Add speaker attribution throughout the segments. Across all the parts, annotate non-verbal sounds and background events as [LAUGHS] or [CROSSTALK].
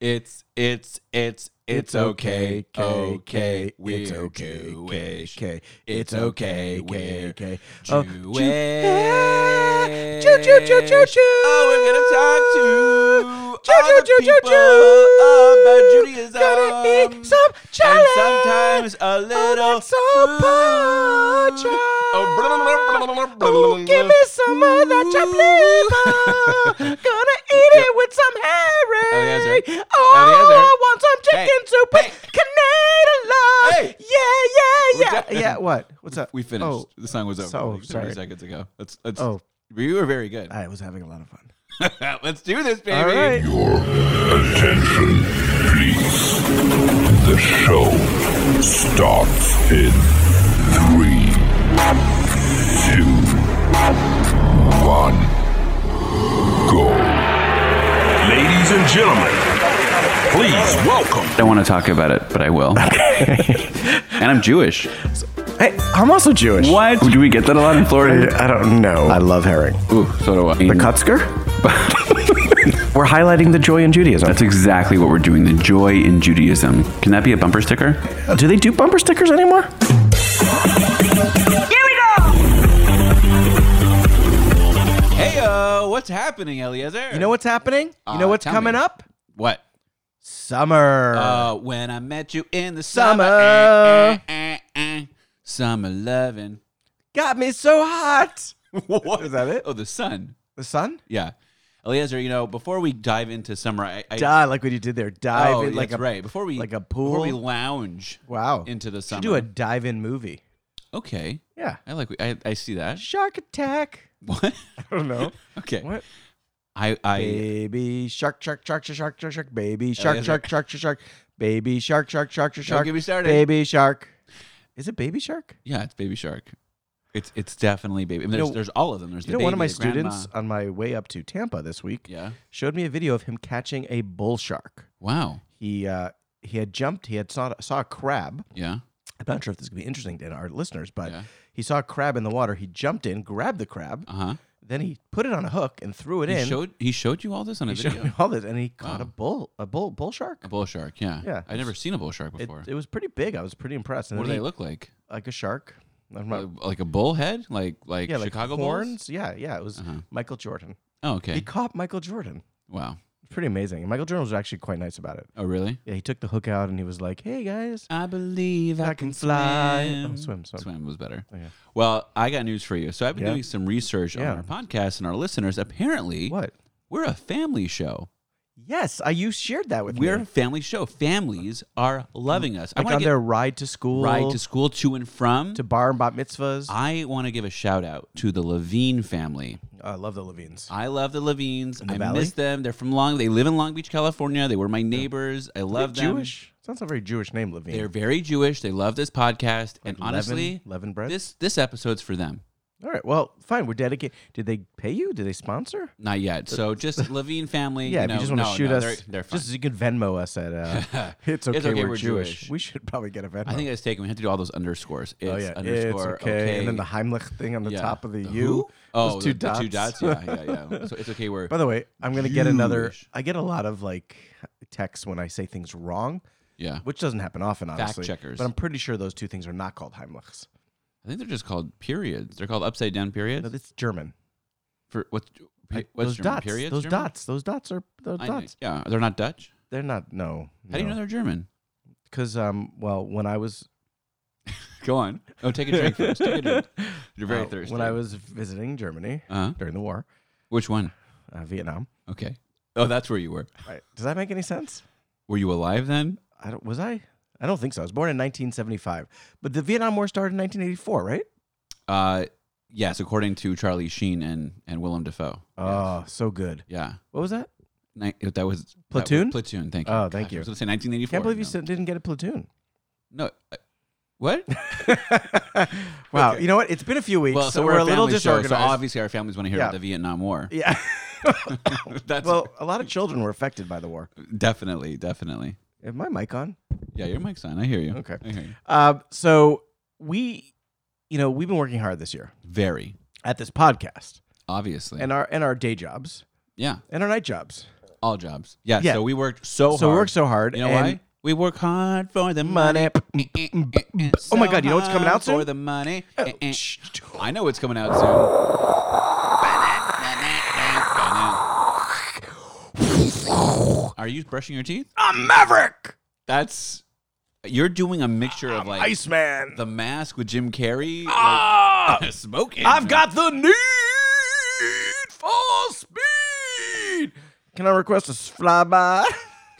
Speaker 1: It's it's it's it's okay. Okay.
Speaker 2: It's
Speaker 1: we're
Speaker 2: okay.
Speaker 1: Jewish.
Speaker 2: Okay.
Speaker 1: It's okay.
Speaker 2: Okay.
Speaker 1: We're
Speaker 2: Okay.
Speaker 1: Oh,
Speaker 2: Jew-
Speaker 1: Jewish.
Speaker 2: Choo choo choo choo choo.
Speaker 1: Oh, we're gonna talk to
Speaker 2: Choo,
Speaker 1: other
Speaker 2: choo, choo, choo,
Speaker 1: people about Judaism.
Speaker 2: Gonna eat some
Speaker 1: and
Speaker 2: challenge.
Speaker 1: sometimes a little Oh,
Speaker 2: Oh, oh, give me some of that chop
Speaker 1: [LAUGHS]
Speaker 2: liver. Gonna eat it with some herring.
Speaker 1: Oh, yes, sir. Oh,
Speaker 2: Oh,
Speaker 1: yes, sir.
Speaker 2: I want some chicken
Speaker 1: Hey.
Speaker 2: soup
Speaker 1: Hey.
Speaker 2: with Canadian love.
Speaker 1: Hey.
Speaker 2: Yeah, yeah,
Speaker 1: done.
Speaker 2: yeah. Yeah, what? What's up?
Speaker 1: We finished.
Speaker 2: Oh,
Speaker 1: the song was over
Speaker 2: so
Speaker 1: like 30
Speaker 2: sorry.
Speaker 1: seconds ago. Let's let's
Speaker 2: Oh.
Speaker 1: we were very good.
Speaker 2: I was having a lot of fun.
Speaker 1: [LAUGHS] let's do this, baby.
Speaker 2: All right.
Speaker 3: Attention, please. The show starts in three, two, one, go. Ladies and gentlemen, please welcome.
Speaker 4: I don't want to talk about it, but I will. and [LAUGHS] I'm Jewish.
Speaker 5: Hey, I'm also Jewish.
Speaker 4: What? Do we get that a lot in Florida?
Speaker 5: I don't know. I love herring.
Speaker 4: Ooh, so do I.
Speaker 5: The Kutzker? [LAUGHS] We're highlighting the joy in Judaism.
Speaker 4: That's exactly what we're doing. The joy in Judaism. Can that be a bumper sticker?
Speaker 5: do they do bumper stickers anymore?
Speaker 1: Hey, uh, what's happening, Eliezer?
Speaker 2: You know what's happening? You
Speaker 1: Uh,
Speaker 2: know what's
Speaker 1: tell
Speaker 2: coming
Speaker 1: me.
Speaker 2: up?
Speaker 1: What?
Speaker 2: Summer.
Speaker 1: Uh, when I met you in the summer,
Speaker 2: Summer.
Speaker 1: eh, eh, eh, eh. summer loving.
Speaker 2: Got me so hot.
Speaker 1: [LAUGHS] what
Speaker 2: Is that it?
Speaker 1: Oh, the sun.
Speaker 2: The sun?
Speaker 1: Yeah, Eliezer. You know, before we dive into summer, I, I
Speaker 2: Dive like what you did there. Dive
Speaker 1: oh,
Speaker 2: in like
Speaker 1: that's
Speaker 2: a
Speaker 1: right before we
Speaker 2: like a
Speaker 1: before we
Speaker 2: pool.
Speaker 1: lounge
Speaker 2: wow.
Speaker 1: into the summer.
Speaker 2: Should do a dive in movie.
Speaker 1: okay.
Speaker 2: Yeah.
Speaker 1: I like. I, I see that.
Speaker 2: Shark attack.
Speaker 1: [LAUGHS]
Speaker 2: [LAUGHS]
Speaker 1: What?
Speaker 2: I don't know.
Speaker 1: Okay.
Speaker 2: What?
Speaker 1: I I
Speaker 2: Baby shark, shark, shark, shark, shark, shark, shark, baby shark,
Speaker 1: is
Speaker 2: shark, shark, shark, shark, baby shark, shark, shark, shark,
Speaker 1: get me started.
Speaker 2: Baby shark. Is it baby shark?
Speaker 1: yeah. It's Baby Shark. It's it's definitely baby. I mean,
Speaker 2: You
Speaker 1: there's,
Speaker 2: know-
Speaker 1: there's all of them. There's
Speaker 2: You
Speaker 1: the
Speaker 2: know, one of
Speaker 1: baby,
Speaker 2: my
Speaker 1: the grandma.
Speaker 2: students on my way up to Tampa this week
Speaker 1: Yeah.
Speaker 2: showed me a video of him catching a bull shark.
Speaker 1: Wow.
Speaker 2: He uh, he had jumped. He had saw saw a crab.
Speaker 1: Yeah.
Speaker 2: I'm not sure if this is gonna be interesting to our listeners, but
Speaker 1: Yeah.
Speaker 2: he saw a crab in the water. He jumped in, grabbed the crab,
Speaker 1: Uh huh.
Speaker 2: then he put it on a hook and threw it
Speaker 1: He
Speaker 2: in.
Speaker 1: showed he showed you all this on a
Speaker 2: he
Speaker 1: video.
Speaker 2: showed me all this, and he caught a
Speaker 1: Wow.
Speaker 2: bull, a bull, bull shark.
Speaker 1: [LAUGHS] A bull shark, yeah.
Speaker 2: Yeah.
Speaker 1: I've never seen a bull shark
Speaker 2: It,
Speaker 1: before.
Speaker 2: it was pretty big. I was pretty impressed. And
Speaker 1: what do
Speaker 2: then
Speaker 1: they
Speaker 2: he-
Speaker 1: look like?
Speaker 2: like a shark. I'm not-
Speaker 1: Uh, Like a bull head? Like like
Speaker 2: yeah,
Speaker 1: Chicago
Speaker 2: like
Speaker 1: bulls?
Speaker 2: horns. Yeah, yeah. It was
Speaker 1: Uh-huh.
Speaker 2: Michael Jordan.
Speaker 1: Oh,
Speaker 2: He
Speaker 1: okay.
Speaker 2: caught Michael Jordan.
Speaker 1: Wow.
Speaker 2: Pretty amazing. And Michael Jordan was actually quite nice about it.
Speaker 1: Oh, really?
Speaker 2: Yeah, he took the hook out and he was like, "Hey guys,
Speaker 1: I Oh, believe
Speaker 2: I can fly." Oh, swim, swim.
Speaker 1: Swim was better.
Speaker 2: yeah.
Speaker 1: Well, I got news for you. So I've been
Speaker 2: Yeah.
Speaker 1: doing some research
Speaker 2: Yeah.
Speaker 1: on our podcast and our listeners. Apparently,
Speaker 2: What?
Speaker 1: we're a family show.
Speaker 2: Yes, I you shared that with
Speaker 1: We're a
Speaker 2: me.
Speaker 1: family show. Families are loving us. I
Speaker 2: Like on
Speaker 1: want to
Speaker 2: their ride to school,
Speaker 1: ride to school, to and from.
Speaker 2: to bar and bat mitzvahs. I,
Speaker 1: I want to give a shout out to the Levine family.
Speaker 2: Oh, love the Levines.
Speaker 1: I love the Levines.
Speaker 2: the
Speaker 1: I
Speaker 2: valley?
Speaker 1: miss them. They're from Long. They live in Long Beach, California. They were my neighbors. I
Speaker 2: They're
Speaker 1: love them.
Speaker 2: Jewish. Sounds like a very Jewish name, Levine.
Speaker 1: They're very Jewish. They love this podcast. and
Speaker 2: Leaven-
Speaker 1: honestly,
Speaker 2: leaven bread?
Speaker 1: This this episode's for them.
Speaker 2: All right. Well, fine. We're dedicated. Did they pay you? Did they sponsor?
Speaker 1: Not yet. So
Speaker 2: [LAUGHS]
Speaker 1: just Levine family.
Speaker 2: Yeah,
Speaker 1: you
Speaker 2: if
Speaker 1: know,
Speaker 2: you just want to
Speaker 1: no,
Speaker 2: shoot
Speaker 1: no,
Speaker 2: us,
Speaker 1: they're, they're fine.
Speaker 2: just you can Venmo us at.
Speaker 1: [LAUGHS]
Speaker 2: Uh, [LAUGHS] it's okay.
Speaker 1: okay,
Speaker 2: we're,
Speaker 1: we're
Speaker 2: Jewish.
Speaker 1: Jewish.
Speaker 2: We should probably get a Venmo.
Speaker 1: I think it's taken. We have to do all those underscores. It's
Speaker 2: oh yeah,
Speaker 1: underscore.
Speaker 2: it's okay. And then the Heimlich thing on the
Speaker 1: yeah.
Speaker 2: top of the, U.
Speaker 1: who? Oh,
Speaker 2: those
Speaker 1: the, the two dots. Yeah,
Speaker 2: [LAUGHS]
Speaker 1: yeah, yeah. So it's okay. We're
Speaker 2: By the way, I'm gonna get another.
Speaker 1: Jewish.
Speaker 2: I get a lot of like texts when I say things wrong,
Speaker 1: yeah.
Speaker 2: which doesn't happen often, honestly.
Speaker 1: checkers.
Speaker 2: But I'm pretty sure those two things are not called Heimlichs.
Speaker 1: I think they're just called periods. They're called upside down periods.
Speaker 2: No, it's German.
Speaker 1: for what?
Speaker 2: I-
Speaker 1: What's
Speaker 2: those
Speaker 1: German?
Speaker 2: dots.
Speaker 1: Periods.
Speaker 2: those
Speaker 1: German?
Speaker 2: dots. Those dots are those
Speaker 1: I know.
Speaker 2: dots.
Speaker 1: Yeah, they're not Dutch.
Speaker 2: They're not. No.
Speaker 1: How do you know they're German?
Speaker 2: Because um, well, when I was
Speaker 1: Go on. Oh, take a drink first. Take a
Speaker 2: [LAUGHS]
Speaker 1: drink. You're very
Speaker 2: uh,
Speaker 1: thirsty.
Speaker 2: When I was visiting Germany
Speaker 1: Uh-huh.
Speaker 2: during the war,
Speaker 1: Which one?
Speaker 2: uh, Vietnam.
Speaker 1: Okay. Oh, that's where you were.
Speaker 2: Right. Does that make any sense?
Speaker 1: Were you alive then?
Speaker 2: I don't, was I? I don't think so. I was born in 1975, but the Vietnam War started in 1984, right?
Speaker 1: Uh, yes, according to Charlie Sheen and and Willem Dafoe.
Speaker 2: Oh, so good.
Speaker 1: Yeah.
Speaker 2: What was that?
Speaker 1: Ni- that was that was-
Speaker 2: Platoon?
Speaker 1: platoon. Thank you.
Speaker 2: Oh, thank
Speaker 1: I
Speaker 2: you.
Speaker 1: was going to say 1984.
Speaker 2: Can't believe you
Speaker 1: No.
Speaker 2: said- didn't get
Speaker 1: [LAUGHS]
Speaker 2: a platoon.
Speaker 1: no. uh,
Speaker 2: [LAUGHS]
Speaker 1: What?
Speaker 2: wow.
Speaker 1: Okay.
Speaker 2: You know what? It's been a few weeks,
Speaker 1: well,
Speaker 2: so, we're a little
Speaker 1: family show,
Speaker 2: disorganized.
Speaker 1: so obviously our families want to hear
Speaker 2: Yeah.
Speaker 1: about the Vietnam
Speaker 2: [LAUGHS]
Speaker 1: War. [LAUGHS]
Speaker 2: yeah.
Speaker 1: That's
Speaker 2: well, a lot of children were affected by the war.
Speaker 1: definitely, definitely.
Speaker 2: Is my mic on?
Speaker 1: Yeah, your mic's on. I hear you.
Speaker 2: Okay.
Speaker 1: I hear you.
Speaker 2: Um, so we, you know, we've been working hard this year
Speaker 1: Very
Speaker 2: at this podcast
Speaker 1: obviously.
Speaker 2: and our and our day jobs
Speaker 1: yeah.
Speaker 2: and our night jobs.
Speaker 1: all jobs. Yeah,
Speaker 2: Yeah.
Speaker 1: So we worked so hard.
Speaker 2: So we worked so hard,
Speaker 1: You know
Speaker 2: and-
Speaker 1: why? We work hard for the money. Mm,
Speaker 2: Money. Oh my God, you know what's coming out
Speaker 1: So hard For
Speaker 2: soon? Oh,
Speaker 1: the money. Eh,
Speaker 2: shh.
Speaker 1: I know what's coming out soon. Are you brushing your teeth?
Speaker 2: I'm Maverick.
Speaker 1: That's you're doing a mixture of like
Speaker 2: Iceman.
Speaker 1: the mask with Jim Carrey,
Speaker 2: Ah,
Speaker 1: like, smoking.
Speaker 2: I've got the need for speed. Can I request a flyby?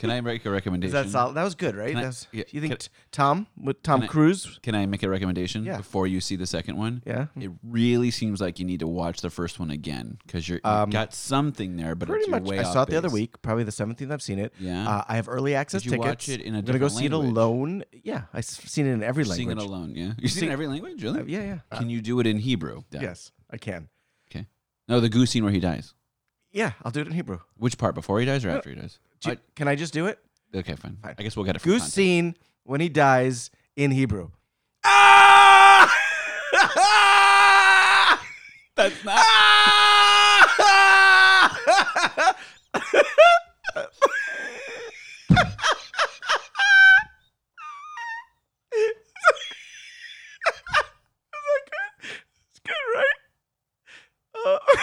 Speaker 1: Can I make a recommendation?
Speaker 2: Is that solid? That was good, right?
Speaker 1: Can I-
Speaker 2: That's,
Speaker 1: yeah,
Speaker 2: you think
Speaker 1: can I-
Speaker 2: t- Tom with Tom
Speaker 1: Can I-
Speaker 2: Cruise?
Speaker 1: Can I make a recommendation
Speaker 2: Yeah.
Speaker 1: before you see the second one?
Speaker 2: Yeah.
Speaker 1: It really seems like you need to watch the first one again because you're
Speaker 2: Um,
Speaker 1: you've got something there, but
Speaker 2: Pretty
Speaker 1: it's
Speaker 2: much.
Speaker 1: Way
Speaker 2: I
Speaker 1: off
Speaker 2: saw it the other
Speaker 1: base.
Speaker 2: week, probably the seventeenth I've seen it.
Speaker 1: Yeah.
Speaker 2: Uh, I have early access
Speaker 1: Did you watch
Speaker 2: tickets.
Speaker 1: it in a
Speaker 2: I'm gonna go
Speaker 1: different
Speaker 2: see it
Speaker 1: language?
Speaker 2: alone. Yeah, I've s- seen it in every
Speaker 1: You're Seeing it
Speaker 2: language.
Speaker 1: alone, yeah. You've seen
Speaker 2: Sing-
Speaker 1: every language, really?
Speaker 2: Uh, yeah, yeah.
Speaker 1: Can you do it in Hebrew? Yeah.
Speaker 2: Yes, I can.
Speaker 1: Okay. No, the goose scene where he dies.
Speaker 2: Yeah, I'll do it in Hebrew.
Speaker 1: Which part? Before he dies or after he dies?
Speaker 2: Do- can I just do it?
Speaker 1: I- okay, fine. I guess we'll get it. For
Speaker 2: Goose
Speaker 1: context.
Speaker 2: scene when he dies in Hebrew.
Speaker 1: That's
Speaker 2: [LAUGHS]
Speaker 1: not.
Speaker 2: [LAUGHS] Good, right? Uh,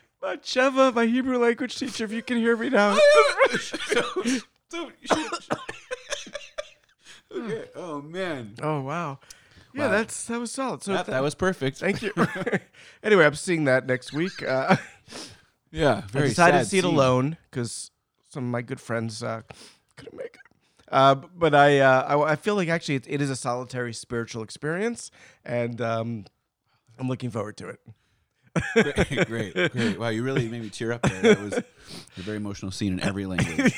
Speaker 2: [LAUGHS] my Cheva, my Hebrew language teacher, if you can hear
Speaker 1: [LAUGHS]
Speaker 2: me now.
Speaker 1: Oh,
Speaker 2: [LAUGHS]
Speaker 1: okay. Oh man.
Speaker 2: oh wow. Yeah, that's that was solid. So
Speaker 1: That, that was perfect. [LAUGHS]
Speaker 2: thank you. [LAUGHS] anyway, I'm seeing that next week. Uh, [LAUGHS]
Speaker 1: Yeah. Very
Speaker 2: I decided to
Speaker 1: sad
Speaker 2: see it
Speaker 1: scene.
Speaker 2: alone because some of my good friends uh, couldn't make it. Uh, b- but I, uh, I, I feel like actually it, it is a solitary spiritual experience, and um, I'm looking forward to it.
Speaker 1: [LAUGHS] great, great, great. Wow, you really made me tear up there. That was a very emotional scene in every
Speaker 2: [LAUGHS]
Speaker 1: language.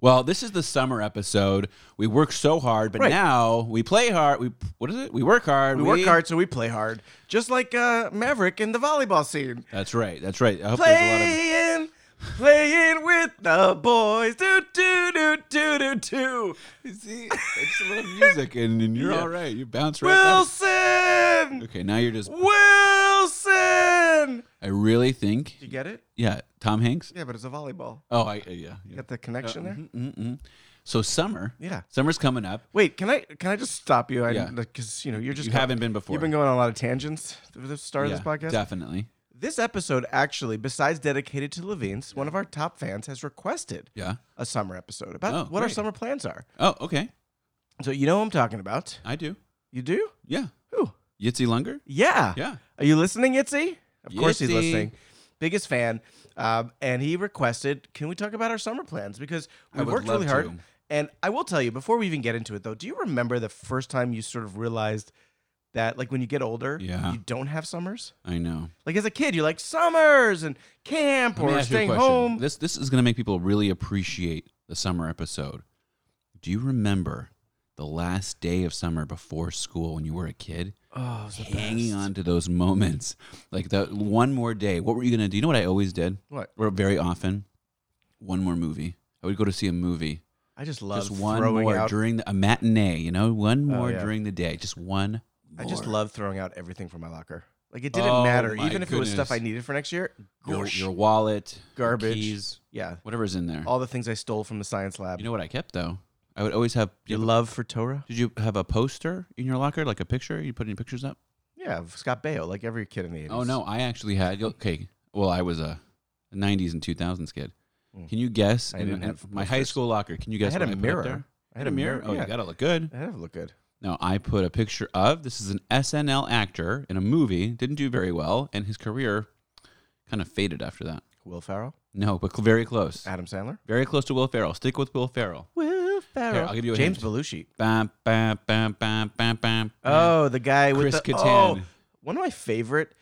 Speaker 1: Well, this is the summer episode. We work so hard, but
Speaker 2: Right.
Speaker 1: now we play hard. We what is it? We work hard.
Speaker 2: We, work hard, so we play hard, just like uh, Maverick in the volleyball scene,
Speaker 1: That's right. That's right. I hope there's a lot of
Speaker 2: playing, playing with the boys, do do do do do do.
Speaker 1: see, [LAUGHS] it's a little music, and, and you're all right. You bounce right. back.
Speaker 2: Wilson,
Speaker 1: Okay, now you're just.
Speaker 2: Wilson.
Speaker 1: I really think.
Speaker 2: You get it?
Speaker 1: Yeah, Tom Hanks.
Speaker 2: Yeah, but it's a volleyball.
Speaker 1: Oh, I yeah. yeah.
Speaker 2: Got the
Speaker 1: Uh,
Speaker 2: connection there.
Speaker 1: mm-hmm, So summer.
Speaker 2: Yeah.
Speaker 1: summer's coming up.
Speaker 2: Wait, can I can I just stop you?
Speaker 1: Yeah.
Speaker 2: I Because you know you're just
Speaker 1: You
Speaker 2: go-
Speaker 1: haven't been before.
Speaker 2: You've been going on a lot of tangents through the start
Speaker 1: yeah,
Speaker 2: of this podcast.
Speaker 1: definitely.
Speaker 2: This episode actually, besides dedicated to Levine's, one of our top fans has requested
Speaker 1: Yeah.
Speaker 2: a summer episode about
Speaker 1: Oh,
Speaker 2: what our
Speaker 1: great.
Speaker 2: summer plans are.
Speaker 1: Oh, okay.
Speaker 2: So you know what I'm talking about.
Speaker 1: I do.
Speaker 2: You do?
Speaker 1: Yeah.
Speaker 2: Who?
Speaker 1: Yitzi Lunger?
Speaker 2: Yeah.
Speaker 1: Yeah.
Speaker 2: Are you listening, Itzy? Of course he's
Speaker 1: Yitzy.
Speaker 2: listening. Biggest fan, um, and he requested, "Can we talk about our summer plans?" Because we
Speaker 1: would
Speaker 2: worked
Speaker 1: love
Speaker 2: really hard.
Speaker 1: to.
Speaker 2: And I will tell you before we even get into it, though, do you remember the first time you sort of realized that, like, when you get older,
Speaker 1: Yeah.
Speaker 2: you don't have summers?
Speaker 1: I know.
Speaker 2: Like as a kid, you're like summers and camp
Speaker 1: Let me
Speaker 2: or
Speaker 1: ask you a
Speaker 2: staying
Speaker 1: question.
Speaker 2: home.
Speaker 1: This this is gonna make people really appreciate the summer episode. Do you remember the last day of summer before school when you were a kid?
Speaker 2: oh, it's the
Speaker 1: Hanging
Speaker 2: best.
Speaker 1: on to those moments. [LAUGHS] Like that one more day. What were you gonna do? You know what I always did?
Speaker 2: What?
Speaker 1: Or very often? One more movie. I would go to see a movie.
Speaker 2: I just love
Speaker 1: just one
Speaker 2: throwing
Speaker 1: more
Speaker 2: out. Oh,
Speaker 1: during the, a matinee, you know? One more
Speaker 2: yeah.
Speaker 1: during the day. Just one
Speaker 2: I just
Speaker 1: more.
Speaker 2: love throwing out everything from my locker. Like it didn't
Speaker 1: Oh,
Speaker 2: matter,
Speaker 1: my
Speaker 2: even if it was stuff I
Speaker 1: goodness.
Speaker 2: needed for next year.
Speaker 1: your,
Speaker 2: Gosh.
Speaker 1: your wallet, your
Speaker 2: Garbage.
Speaker 1: keys,
Speaker 2: yeah,
Speaker 1: whatever's in there.
Speaker 2: all the things I stole from the science lab.
Speaker 1: You know what I kept though? I would always have.
Speaker 2: Your love for Torah?
Speaker 1: Did you have a poster in your locker, like a picture? You put any pictures up?
Speaker 2: Yeah, of Scott Baio, like every kid in the 80s.
Speaker 1: Oh no, I actually had. Okay, well, I was a '90s and 2000s kid. Can you guess?
Speaker 2: Hmm. I
Speaker 1: in-
Speaker 2: didn't
Speaker 1: in
Speaker 2: have
Speaker 1: my high
Speaker 2: posters.
Speaker 1: school locker. Can you guess?
Speaker 2: had
Speaker 1: what
Speaker 2: a
Speaker 1: put up
Speaker 2: mirror.
Speaker 1: there?
Speaker 2: I had a mirror,
Speaker 1: Oh,
Speaker 2: yeah.
Speaker 1: you gotta look good.
Speaker 2: That doesn't look good.
Speaker 1: No, I put a picture of. This is an SNL actor in a movie. Didn't do very well, and his career kind of faded after that.
Speaker 2: Will Farrell?
Speaker 1: No, but cl- very close.
Speaker 2: Adam Sandler?
Speaker 1: Very close to Will Ferrell. Stick with Will Ferrell.
Speaker 2: Will Farrell.
Speaker 1: I'll give you a
Speaker 2: James
Speaker 1: hint.
Speaker 2: Belushi.
Speaker 1: Bam, bam, bam, bam, bam, bam.
Speaker 2: Oh, the guy with
Speaker 1: Chris
Speaker 2: the
Speaker 1: Kattan.
Speaker 2: Oh, one of my favorite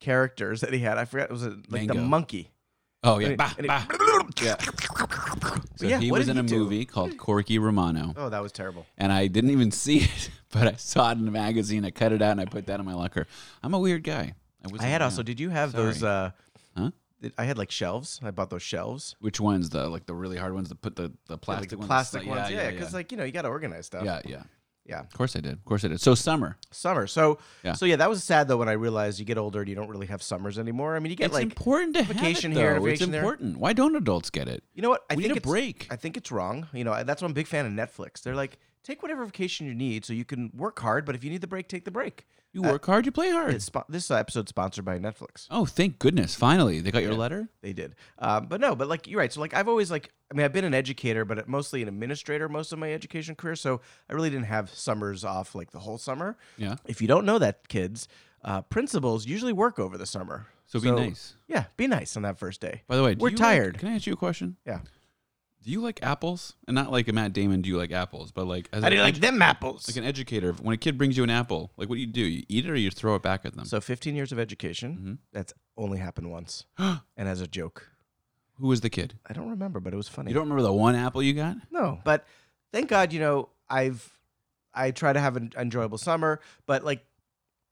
Speaker 2: characters that he had. I forgot it was a, like the
Speaker 1: Mango.
Speaker 2: monkey.
Speaker 1: oh yeah.
Speaker 2: And it-
Speaker 1: Bah,
Speaker 2: and it- [LAUGHS]
Speaker 1: bah. Yeah. So
Speaker 2: Yeah,
Speaker 1: he
Speaker 2: what
Speaker 1: was
Speaker 2: did
Speaker 1: in a
Speaker 2: he do?
Speaker 1: movie called Corky Romano,
Speaker 2: Oh, that was terrible.
Speaker 1: and I didn't even see it, [LAUGHS] but I saw it in a magazine. I cut it out and I put that in my locker. I'm a weird guy. was
Speaker 2: I had also. Did you have those? Uh,
Speaker 1: Huh?
Speaker 2: did- I had like shelves. I bought those shelves.
Speaker 1: Which ones? The like the really hard ones that put the the
Speaker 2: Yeah, like
Speaker 1: plastic
Speaker 2: the
Speaker 1: ones.
Speaker 2: plastic
Speaker 1: like-
Speaker 2: ones. Yeah, because
Speaker 1: yeah.
Speaker 2: like you know you got to organize stuff.
Speaker 1: yeah, yeah.
Speaker 2: Yeah.
Speaker 1: Of course I did. Of course I did. So summer.
Speaker 2: Summer. So
Speaker 1: Yeah.
Speaker 2: so yeah, that was sad though when I realized you get older and you don't really have summers anymore. I mean, you get
Speaker 1: It's
Speaker 2: like
Speaker 1: important to have
Speaker 2: vacation
Speaker 1: it,
Speaker 2: here,
Speaker 1: though.
Speaker 2: vacation
Speaker 1: it's
Speaker 2: there.
Speaker 1: important. Why don't adults get it?
Speaker 2: You know what? I
Speaker 1: We need a
Speaker 2: think it's,
Speaker 1: break.
Speaker 2: I think it's wrong. You know, that's why I'm a big fan of Netflix. They're like, take whatever vacation you need, so you can work hard. But if you need the break, take the break.
Speaker 1: You work hard, you play hard.
Speaker 2: Uh, It's spo- this episode's sponsored by Netflix.
Speaker 1: Oh, thank goodness! Finally, they got your letter.
Speaker 2: They did, um, but no. But like you're right. So like I've always like I mean I've been an educator, but mostly an administrator most of my education career. So I really didn't have summers off like the whole summer.
Speaker 1: Yeah.
Speaker 2: If you don't know that, kids, uh, principals usually work over the summer.
Speaker 1: So be nice.
Speaker 2: Yeah, be nice on that first day.
Speaker 1: By the way, do
Speaker 2: we're
Speaker 1: you like-
Speaker 2: tired.
Speaker 1: can I ask you a question?
Speaker 2: yeah.
Speaker 1: Do you like apples? And not like a Matt Damon. Do you like apples? But like, as
Speaker 2: I
Speaker 1: an
Speaker 2: didn't like
Speaker 1: edu-
Speaker 2: them apples.
Speaker 1: Like an educator, when a kid brings you an apple, like what do you do? You eat it or you throw it back at them?
Speaker 2: So 15 years of education.
Speaker 1: Mm-hmm.
Speaker 2: That's only
Speaker 1: [GASPS]
Speaker 2: happened once, and as a joke.
Speaker 1: Who was the kid?
Speaker 2: I don't remember, but it was funny.
Speaker 1: You don't remember the one apple you got?
Speaker 2: No, but thank God, you know, I've I try to have an enjoyable summer, but like,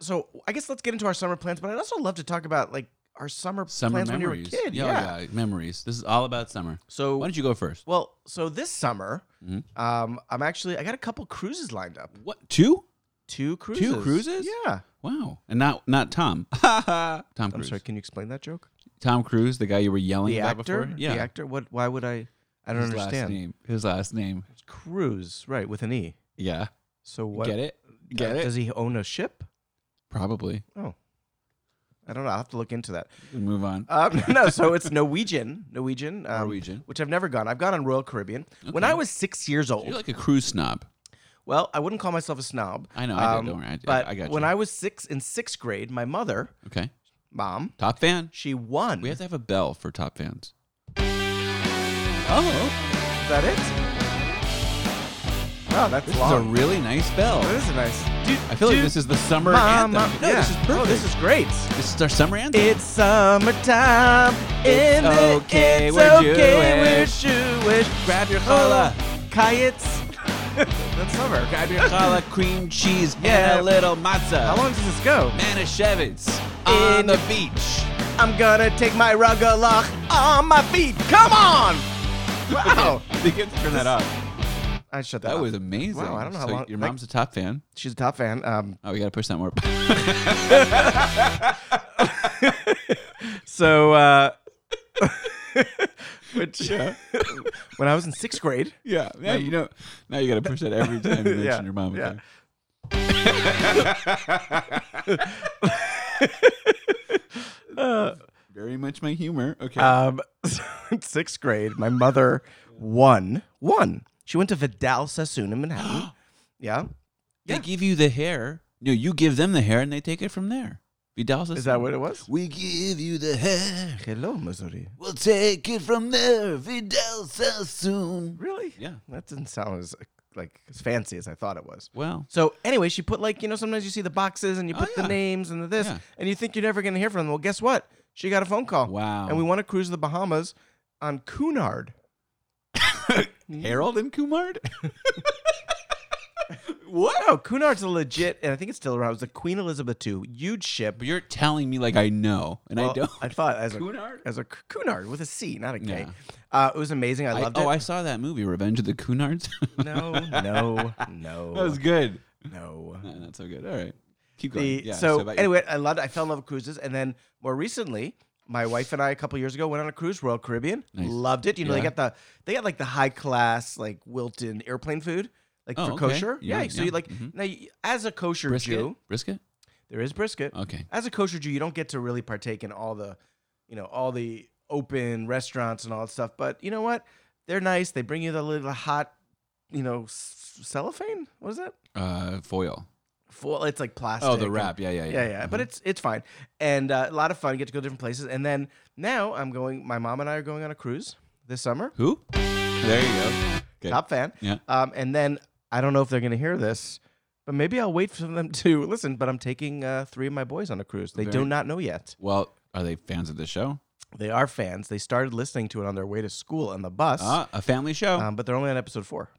Speaker 2: so I guess let's get into our summer plans. But I'd also love to talk about like our summer,
Speaker 1: Summer
Speaker 2: plans
Speaker 1: memories.
Speaker 2: when you were a kid.
Speaker 1: Yeah,
Speaker 2: Yeah.
Speaker 1: yeah, memories. This is all about summer.
Speaker 2: So
Speaker 1: Why don't you go first?
Speaker 2: well, so this summer,
Speaker 1: Mhm.
Speaker 2: um, I'm actually I got a couple cruises lined up.
Speaker 1: What two?
Speaker 2: Two cruises.
Speaker 1: cruises?
Speaker 2: Yeah.
Speaker 1: Wow, and not not Tom. [LAUGHS] Tom Cruise.
Speaker 2: I'm sorry. Can you explain that joke?
Speaker 1: Tom Cruise, the guy you were yelling
Speaker 2: The
Speaker 1: about
Speaker 2: actor.
Speaker 1: before. Yeah,
Speaker 2: The actor. What? Why would I? I don't
Speaker 1: his last
Speaker 2: understand.
Speaker 1: name. His last name.
Speaker 2: Cruise, right, with an e.
Speaker 1: Yeah,
Speaker 2: So what?
Speaker 1: get it? Get
Speaker 2: uh,
Speaker 1: it?
Speaker 2: Does he own a ship?
Speaker 1: Probably.
Speaker 2: Oh, I don't know. I'll have to look
Speaker 1: [LAUGHS]
Speaker 2: into that.
Speaker 1: Move on.
Speaker 2: Um, [LAUGHS] no, so it's Norwegian, Norwegian, um,
Speaker 1: Norwegian.
Speaker 2: which I've never gone. I've gone on Royal Caribbean when I was six years old.
Speaker 1: You're like a cruise snob.
Speaker 2: well, I wouldn't call myself a snob. Um,
Speaker 1: I know, I did, don't worry, I did,
Speaker 2: but
Speaker 1: I got
Speaker 2: when
Speaker 1: you.
Speaker 2: I was six in sixth grade, my mother,
Speaker 1: Okay,
Speaker 2: mom,
Speaker 1: top fan.
Speaker 2: she won.
Speaker 1: We have to have a bell for top fans. Oh,
Speaker 2: Is that it? Oh, that's
Speaker 1: this is a
Speaker 2: long.
Speaker 1: really nice bell.
Speaker 2: that is a nice. Dude,
Speaker 1: I feel like
Speaker 2: dude,
Speaker 1: this is the summer
Speaker 2: mom,
Speaker 1: anthem.
Speaker 2: mom,
Speaker 1: no,
Speaker 2: yeah.
Speaker 1: this is perfect.
Speaker 2: Oh, this is great.
Speaker 1: This is our summer anthem.
Speaker 2: It's summertime.
Speaker 1: It's
Speaker 2: in the-
Speaker 1: okay,
Speaker 2: it's
Speaker 1: we're
Speaker 2: okay,
Speaker 1: Jewish.
Speaker 2: We're Jewish.
Speaker 1: Grab your challah.
Speaker 2: Oh, [LAUGHS] Kayets. That's summer.
Speaker 1: Grab your challah, cream cheese,
Speaker 2: Yeah.
Speaker 1: and a little matzah.
Speaker 2: How long does this go?
Speaker 1: Manischewitz
Speaker 2: In
Speaker 1: on the
Speaker 2: your-
Speaker 1: beach. [LAUGHS]
Speaker 2: I'm gonna take my rugalach on my feet. Come on! Wow.
Speaker 1: They get to turn that up.
Speaker 2: I shut that.
Speaker 1: That
Speaker 2: off.
Speaker 1: was amazing.
Speaker 2: Wow, I don't know how
Speaker 1: So
Speaker 2: long.
Speaker 1: Your
Speaker 2: like,
Speaker 1: mom's a top fan.
Speaker 2: she's a top fan. Um,
Speaker 1: Oh, we gotta push that more. [LAUGHS]
Speaker 2: so, uh, [LAUGHS] which [LAUGHS] when I was in sixth grade,
Speaker 1: yeah. Now you know. Now you gotta push that every time
Speaker 2: [LAUGHS]
Speaker 1: you mention
Speaker 2: Yeah,
Speaker 1: your mom.
Speaker 2: yeah.
Speaker 1: again. Very much my humor. Okay.
Speaker 2: Um, [LAUGHS] in sixth grade, my mother won. Won. She went to Vidal Sassoon in [GASPS] Manhattan. yeah.
Speaker 1: They give you the hair. No, you give them the hair, and they take it from there. Vidal
Speaker 2: Is that what it was?
Speaker 1: We give you the hair.
Speaker 2: Hello, Missouri.
Speaker 1: We'll take it from there. Vidal Sassoon.
Speaker 2: Really?
Speaker 1: Yeah.
Speaker 2: That didn't sound as like as fancy as I thought it was.
Speaker 1: Well,
Speaker 2: So anyway, she put like you know sometimes you see the boxes and you put
Speaker 1: Oh, yeah.
Speaker 2: the names and the this
Speaker 1: Yeah.
Speaker 2: and you think you're never gonna hear from them. Well, guess what? She got a phone call.
Speaker 1: Wow.
Speaker 2: And we want to cruise to the Bahamas on Cunard.
Speaker 1: Harold and [LAUGHS] Kumard.
Speaker 2: What? No, Oh, Cunard's a legit, and I think it's still around. It was the Queen Elizabeth II, huge ship.
Speaker 1: But you're telling me like I know, and I
Speaker 2: Well,
Speaker 1: don't.
Speaker 2: I thought as a
Speaker 1: Cunard?
Speaker 2: as a c- Cunard with a C, not a K.
Speaker 1: Yeah.
Speaker 2: Uh, it was amazing. I
Speaker 1: I-
Speaker 2: loved
Speaker 1: oh, I
Speaker 2: it.
Speaker 1: saw that movie, Revenge of the Cunards.
Speaker 2: no, no,
Speaker 1: [LAUGHS] that
Speaker 2: no,
Speaker 1: was good. [LAUGHS]
Speaker 2: no.
Speaker 1: No, not so good. All right, keep going.
Speaker 2: The,
Speaker 1: yeah,
Speaker 2: so
Speaker 1: about your-
Speaker 2: anyway, I loved. I fell in love with cruises, and then more recently, my wife and I a couple years ago went on a cruise, Royal Caribbean.
Speaker 1: Nice.
Speaker 2: Loved it. You know, they
Speaker 1: Yeah.
Speaker 2: got the they got like the high class like Wilton airplane food. Like
Speaker 1: Oh,
Speaker 2: for
Speaker 1: okay.
Speaker 2: kosher,
Speaker 1: Yeah,
Speaker 2: So
Speaker 1: yeah.
Speaker 2: you like
Speaker 1: Mhm.
Speaker 2: now, you, as a kosher
Speaker 1: brisket,
Speaker 2: Jew,
Speaker 1: brisket.
Speaker 2: there is brisket.
Speaker 1: Okay,
Speaker 2: as a kosher Jew, you don't get to really partake in all the, you know, all the open restaurants and all that stuff. But you know what? They're nice. They bring you the little hot, you know, s- cellophane. What is that?
Speaker 1: uh, foil.
Speaker 2: Full. It's like plastic.
Speaker 1: Oh, the
Speaker 2: and-
Speaker 1: wrap. Yeah, yeah, yeah.
Speaker 2: Yeah, yeah. But
Speaker 1: Uh-huh.
Speaker 2: it's it's fine and uh, a lot of fun. Get to go to different places. And then now I'm going. My mom and I are going on a cruise this summer.
Speaker 1: who? There you go. Okay.
Speaker 2: Top fan.
Speaker 1: Yeah.
Speaker 2: Um, and then I don't know if they're going to hear this. But maybe I'll wait for them [LAUGHS] to listen. But I'm taking uh, three of my boys on a cruise. They do
Speaker 1: Very-
Speaker 2: not know yet.
Speaker 1: Well, are they fans of the show?
Speaker 2: They are fans. They started listening to it on their way to school on the bus,
Speaker 1: Ah, a family show.
Speaker 2: um, but they're only on episode four.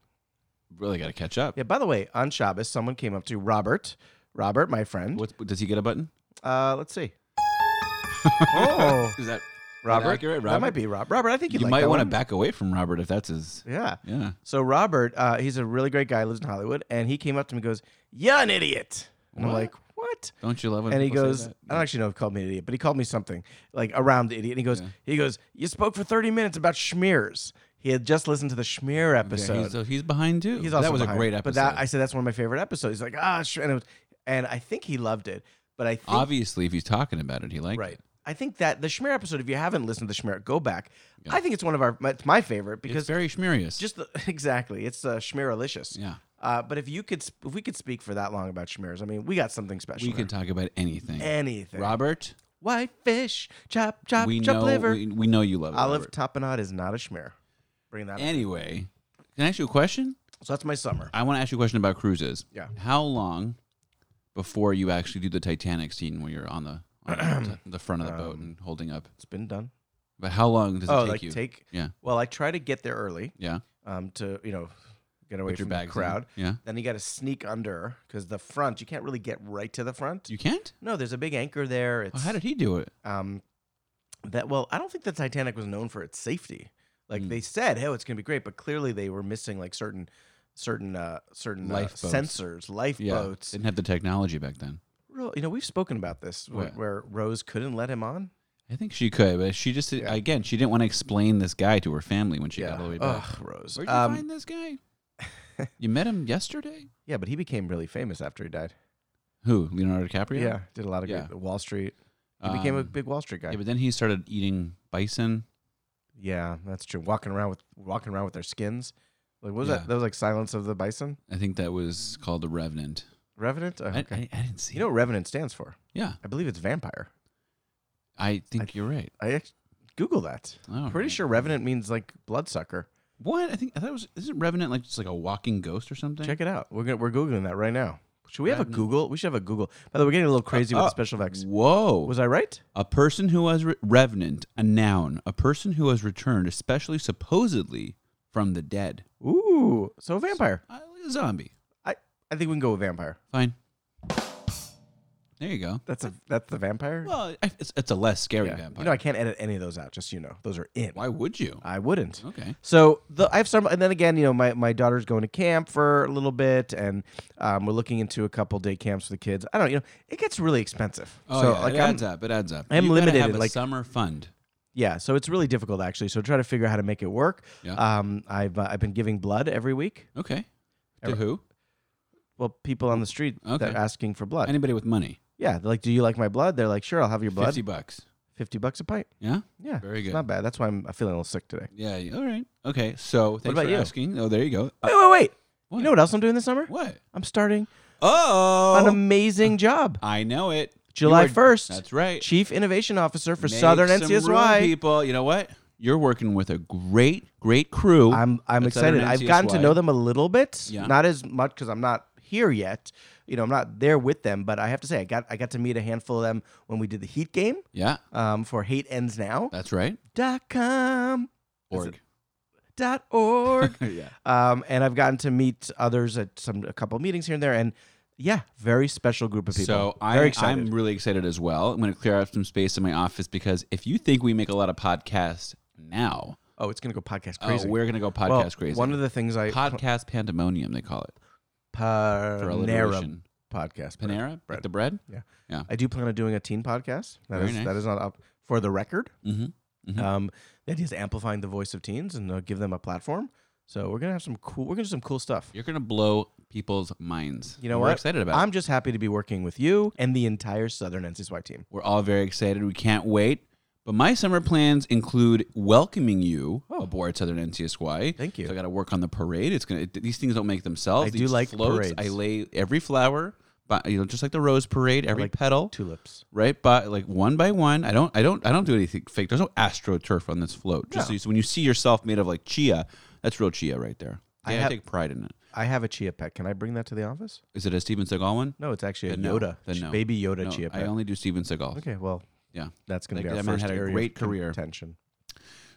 Speaker 1: really got to catch up.
Speaker 2: Yeah. By the way, on Shabbos, someone came up to Robert. Robert, my friend.
Speaker 1: [LAUGHS] What's, does he get a button?
Speaker 2: Uh, let's see. oh,
Speaker 1: Is that
Speaker 2: Robert.
Speaker 1: accurate,
Speaker 2: That might
Speaker 1: Robert?
Speaker 2: be Rob. Robert, I think
Speaker 1: You
Speaker 2: you'd like
Speaker 1: might
Speaker 2: that
Speaker 1: want to
Speaker 2: one.
Speaker 1: back away from Robert if that's his.
Speaker 2: Yeah.
Speaker 1: Yeah.
Speaker 2: So Robert, uh, he's a really great guy, lives in Hollywood, and he came up to me and goes, You're an idiot. And I'm
Speaker 1: What?
Speaker 2: like, What?
Speaker 1: Don't you love when
Speaker 2: and he
Speaker 1: people say
Speaker 2: goes,
Speaker 1: that?
Speaker 2: I don't actually know if he called me an idiot, but he called me something like around the idiot. And he goes, he goes, you spoke for 30 minutes about schmears. He had just listened to the schmear episode.
Speaker 1: Yeah, he's, so he's behind too.
Speaker 2: He's also
Speaker 1: that was
Speaker 2: behind.
Speaker 1: a great episode.
Speaker 2: But that, I said that's one of my favorite episodes. He's like, ah, sure. And, it was, and I think he loved it. But I think
Speaker 1: Obviously, if he's talking about it, he liked
Speaker 2: right.
Speaker 1: it.
Speaker 2: I think that the Schmear episode, if you haven't listened to the Schmear, go back. I think it's one of our, my- it's my favorite
Speaker 1: It's
Speaker 2: because
Speaker 1: very schmurious.
Speaker 2: just the, [LAUGHS] exactly, it's uh, Schmearalicious.
Speaker 1: Yeah.
Speaker 2: Uh, but if you could, sp- if we could speak for that long about Schmears, I mean, we got something special.
Speaker 1: we
Speaker 2: there.
Speaker 1: can talk about anything.
Speaker 2: anything.
Speaker 1: Robert,
Speaker 2: White fish, chop, chop,
Speaker 1: we
Speaker 2: chop
Speaker 1: know
Speaker 2: liver.
Speaker 1: we, we know you love it,
Speaker 2: Olive
Speaker 1: Robert.
Speaker 2: tapenade is not a schmear. Bring that up.
Speaker 1: Anyway, can I ask you a question?
Speaker 2: So that's my summer.
Speaker 1: I want to ask you a question about cruises.
Speaker 2: Yeah.
Speaker 1: How long before you actually do the Titanic scene where you're on the
Speaker 2: [CLEARS THROAT]
Speaker 1: on the front of the boat and holding up?
Speaker 2: It's been done.
Speaker 1: But how long does it
Speaker 2: Um, Oh,
Speaker 1: take
Speaker 2: like
Speaker 1: you?
Speaker 2: take.
Speaker 1: yeah.
Speaker 2: Well, I try to get there early
Speaker 1: Yeah.
Speaker 2: um, to you know get away
Speaker 1: Put your
Speaker 2: from the
Speaker 1: bags in.
Speaker 2: crowd.
Speaker 1: Yeah.
Speaker 2: Then you got to sneak under because the front you can't really get right to the front.
Speaker 1: You can't?
Speaker 2: no, there's a big anchor there. It's
Speaker 1: Well, how did he do it?
Speaker 2: um, that well, I don't think the Titanic was known for its safety.
Speaker 1: Hmm.
Speaker 2: Like they said, oh, it's gonna be great, but clearly they were missing like certain, certain, uh, certain uh,
Speaker 1: Lifeboats.
Speaker 2: sensors, lifeboats.
Speaker 1: Didn't have the technology back then.
Speaker 2: Ro- You know, we've spoken about this wh-
Speaker 1: Yeah.
Speaker 2: where Rose couldn't let him on.
Speaker 1: I think she could, but she just again she didn't want to explain this guy to her family when she got all the way back.
Speaker 2: Ugh, Rose.
Speaker 1: Where'd you
Speaker 2: Um,
Speaker 1: find this
Speaker 2: [LAUGHS]
Speaker 1: guy? you met him yesterday?
Speaker 2: yeah, but he became really famous after he died.
Speaker 1: Who? Leonardo DiCaprio?
Speaker 2: Yeah, did a lot of
Speaker 1: Yeah.
Speaker 2: great Wall Street. He became a
Speaker 1: Um,
Speaker 2: big Wall Street guy.
Speaker 1: Yeah,
Speaker 2: Yeah,
Speaker 1: but then he started eating bison.
Speaker 2: that's true. Walking around with walking around with their skins. Like what was
Speaker 1: Yeah.
Speaker 2: that? That was like Silence of the Bison.
Speaker 1: I think that was called the Revenant.
Speaker 2: Revenant. Oh,
Speaker 1: I-
Speaker 2: okay.
Speaker 1: I, I, didn't see.
Speaker 2: you know
Speaker 1: it.
Speaker 2: what Revenant stands for?
Speaker 1: Yeah,
Speaker 2: I believe it's vampire.
Speaker 1: I think you're right.
Speaker 2: I ex- Google that.
Speaker 1: Oh,
Speaker 2: Pretty
Speaker 1: right.
Speaker 2: sure Revenant means like bloodsucker.
Speaker 1: What? I think I thought it was. Isn't Revenant like just like a walking ghost or something?
Speaker 2: Check it out. We're gonna, we're googling that right now. Should we have a Google? We should have a Google. By the way, we're getting a little crazy
Speaker 1: Uh,
Speaker 2: with the special effects.
Speaker 1: Whoa!
Speaker 2: Was I right?
Speaker 1: A person who has re- revenant, a noun, a person who has returned, especially supposedly from the dead,
Speaker 2: Ooh, so a vampire.
Speaker 1: uh, a zombie.
Speaker 2: I, I think we can go with vampire.
Speaker 1: Fine. There you go.
Speaker 2: That's a that's the vampire.
Speaker 1: Well, I- it's, it's a less scary
Speaker 2: Yeah.
Speaker 1: vampire.
Speaker 2: You know, I can't edit any of those out. Just so you know, those are in.
Speaker 1: Why would you?
Speaker 2: I wouldn't.
Speaker 1: Okay.
Speaker 2: So the, I have some, and then again, you know, my, my daughter's going to camp for a little bit, and um, we're looking into a couple day camps for the kids. I don't, you know, it gets really expensive.
Speaker 1: Oh,
Speaker 2: so
Speaker 1: yeah,
Speaker 2: like
Speaker 1: it
Speaker 2: I'm-
Speaker 1: adds up. It adds up.
Speaker 2: I'm
Speaker 1: You gotta
Speaker 2: limited,
Speaker 1: Have a
Speaker 2: like-
Speaker 1: summer fund.
Speaker 2: yeah, so it's really difficult actually. So try to figure out how to make it work.
Speaker 1: Yeah.
Speaker 2: Um, I've uh, I've been giving blood every week.
Speaker 1: Okay. To who?
Speaker 2: Well, people on the street
Speaker 1: Okay.
Speaker 2: that are asking for blood.
Speaker 1: Anybody with money.
Speaker 2: yeah, they're like, do you like my blood? They're like, sure, I'll have your blood.
Speaker 1: Fifty
Speaker 2: 50,
Speaker 1: bucks.
Speaker 2: bucks a pint.
Speaker 1: Yeah.
Speaker 2: Yeah,
Speaker 1: Very
Speaker 2: it's
Speaker 1: good.
Speaker 2: not bad. That's why I'm, I'm feeling a little sick today.
Speaker 1: Yeah. yeah, All right. Okay. So thanks
Speaker 2: about
Speaker 1: for
Speaker 2: you?
Speaker 1: asking. Oh, there you go. Uh,
Speaker 2: Wait, wait, wait.
Speaker 1: What?
Speaker 2: You know what else I'm doing this summer?
Speaker 1: what?
Speaker 2: I'm starting an
Speaker 1: Oh, [LAUGHS]
Speaker 2: amazing job.
Speaker 1: I know it.
Speaker 2: July
Speaker 1: You are-
Speaker 2: 1st.
Speaker 1: That's right.
Speaker 2: Chief Innovation Officer for
Speaker 1: Make
Speaker 2: Southern
Speaker 1: some room,
Speaker 2: NCSY.
Speaker 1: people. You know what? You're working with a great, great crew.
Speaker 2: I'm I'm
Speaker 1: at Southern
Speaker 2: excited. I've gotten to
Speaker 1: NCSY.
Speaker 2: know them a little bit,
Speaker 1: Yeah.
Speaker 2: not as much because I'm not here yet. You know, I'm not there with them, but I have to say, I got I got to meet a handful of them when we did the Heat game
Speaker 1: Yeah,
Speaker 2: um, for Hate Ends Now
Speaker 1: that's right.
Speaker 2: dot com
Speaker 1: Org.
Speaker 2: dot org.
Speaker 1: [LAUGHS] Yeah.
Speaker 2: um, and I've gotten to meet others at some a couple of meetings here and there, and yeah, very special group of people.
Speaker 1: So
Speaker 2: very
Speaker 1: I,
Speaker 2: excited.
Speaker 1: I'm really excited as well. I'm going to clear out some space in my office because if you think we make a lot of podcasts now,
Speaker 2: oh, it's gonna go podcast
Speaker 1: oh,
Speaker 2: crazy.
Speaker 1: we're going to go podcast
Speaker 2: well,
Speaker 1: crazy.
Speaker 2: One of the things I
Speaker 1: podcast pandemonium, they call it. For
Speaker 2: Panera
Speaker 1: alliteration.
Speaker 2: podcast. Bread.
Speaker 1: Panera,
Speaker 2: bread.
Speaker 1: Like the bread.
Speaker 2: Yeah.
Speaker 1: Yeah.
Speaker 2: I do plan on doing a teen podcast. That
Speaker 1: Very
Speaker 2: is-
Speaker 1: nice.
Speaker 2: that is not up for the record.
Speaker 1: Mm-hmm.
Speaker 2: Um, the idea is amplifying the voice of teens and uh, give them a platform. So we're gonna have some cool. We're gonna do some cool stuff.
Speaker 1: You're going to blow people's minds.
Speaker 2: You know
Speaker 1: we're
Speaker 2: what?
Speaker 1: excited about. it.
Speaker 2: I'm just happy to be working with you and the entire Southern NCSY team.
Speaker 1: We're all very excited. We can't wait. But my summer plans include welcoming
Speaker 2: Oh.
Speaker 1: you
Speaker 4: Oh.
Speaker 1: aboard Southern NCSY.
Speaker 2: Thank you.
Speaker 1: So I got to work on the parade. It's gonna. It, these things don't make themselves.
Speaker 2: I do
Speaker 1: These
Speaker 2: like
Speaker 1: floats. I
Speaker 2: parades.
Speaker 1: lay every flower, but you know, just like the rose parade, every petal,
Speaker 2: Tulips.
Speaker 1: right? But like one by one. I don't. I don't. I don't do anything fake. There's no astroturf on this float. Just so, you, so when you see yourself made of like chia, that's real chia right there.
Speaker 2: I
Speaker 1: Yeah, I,
Speaker 2: have-
Speaker 1: take pride in it.
Speaker 2: I have a chia pet. Can I bring that to the office?
Speaker 1: Is it a Steven Seagal one?
Speaker 2: No, it's actually a
Speaker 1: Then no.
Speaker 2: Yoda,
Speaker 1: Then
Speaker 2: ch-
Speaker 1: no.
Speaker 2: baby Yoda
Speaker 1: No,
Speaker 2: chia
Speaker 1: I
Speaker 2: pet.
Speaker 1: only do Steven Seagal.
Speaker 2: okay, well,
Speaker 1: Yeah.
Speaker 2: that's gonna
Speaker 1: That-
Speaker 2: be our
Speaker 1: that man
Speaker 2: first
Speaker 1: had a
Speaker 2: area of
Speaker 1: great career.
Speaker 2: contention.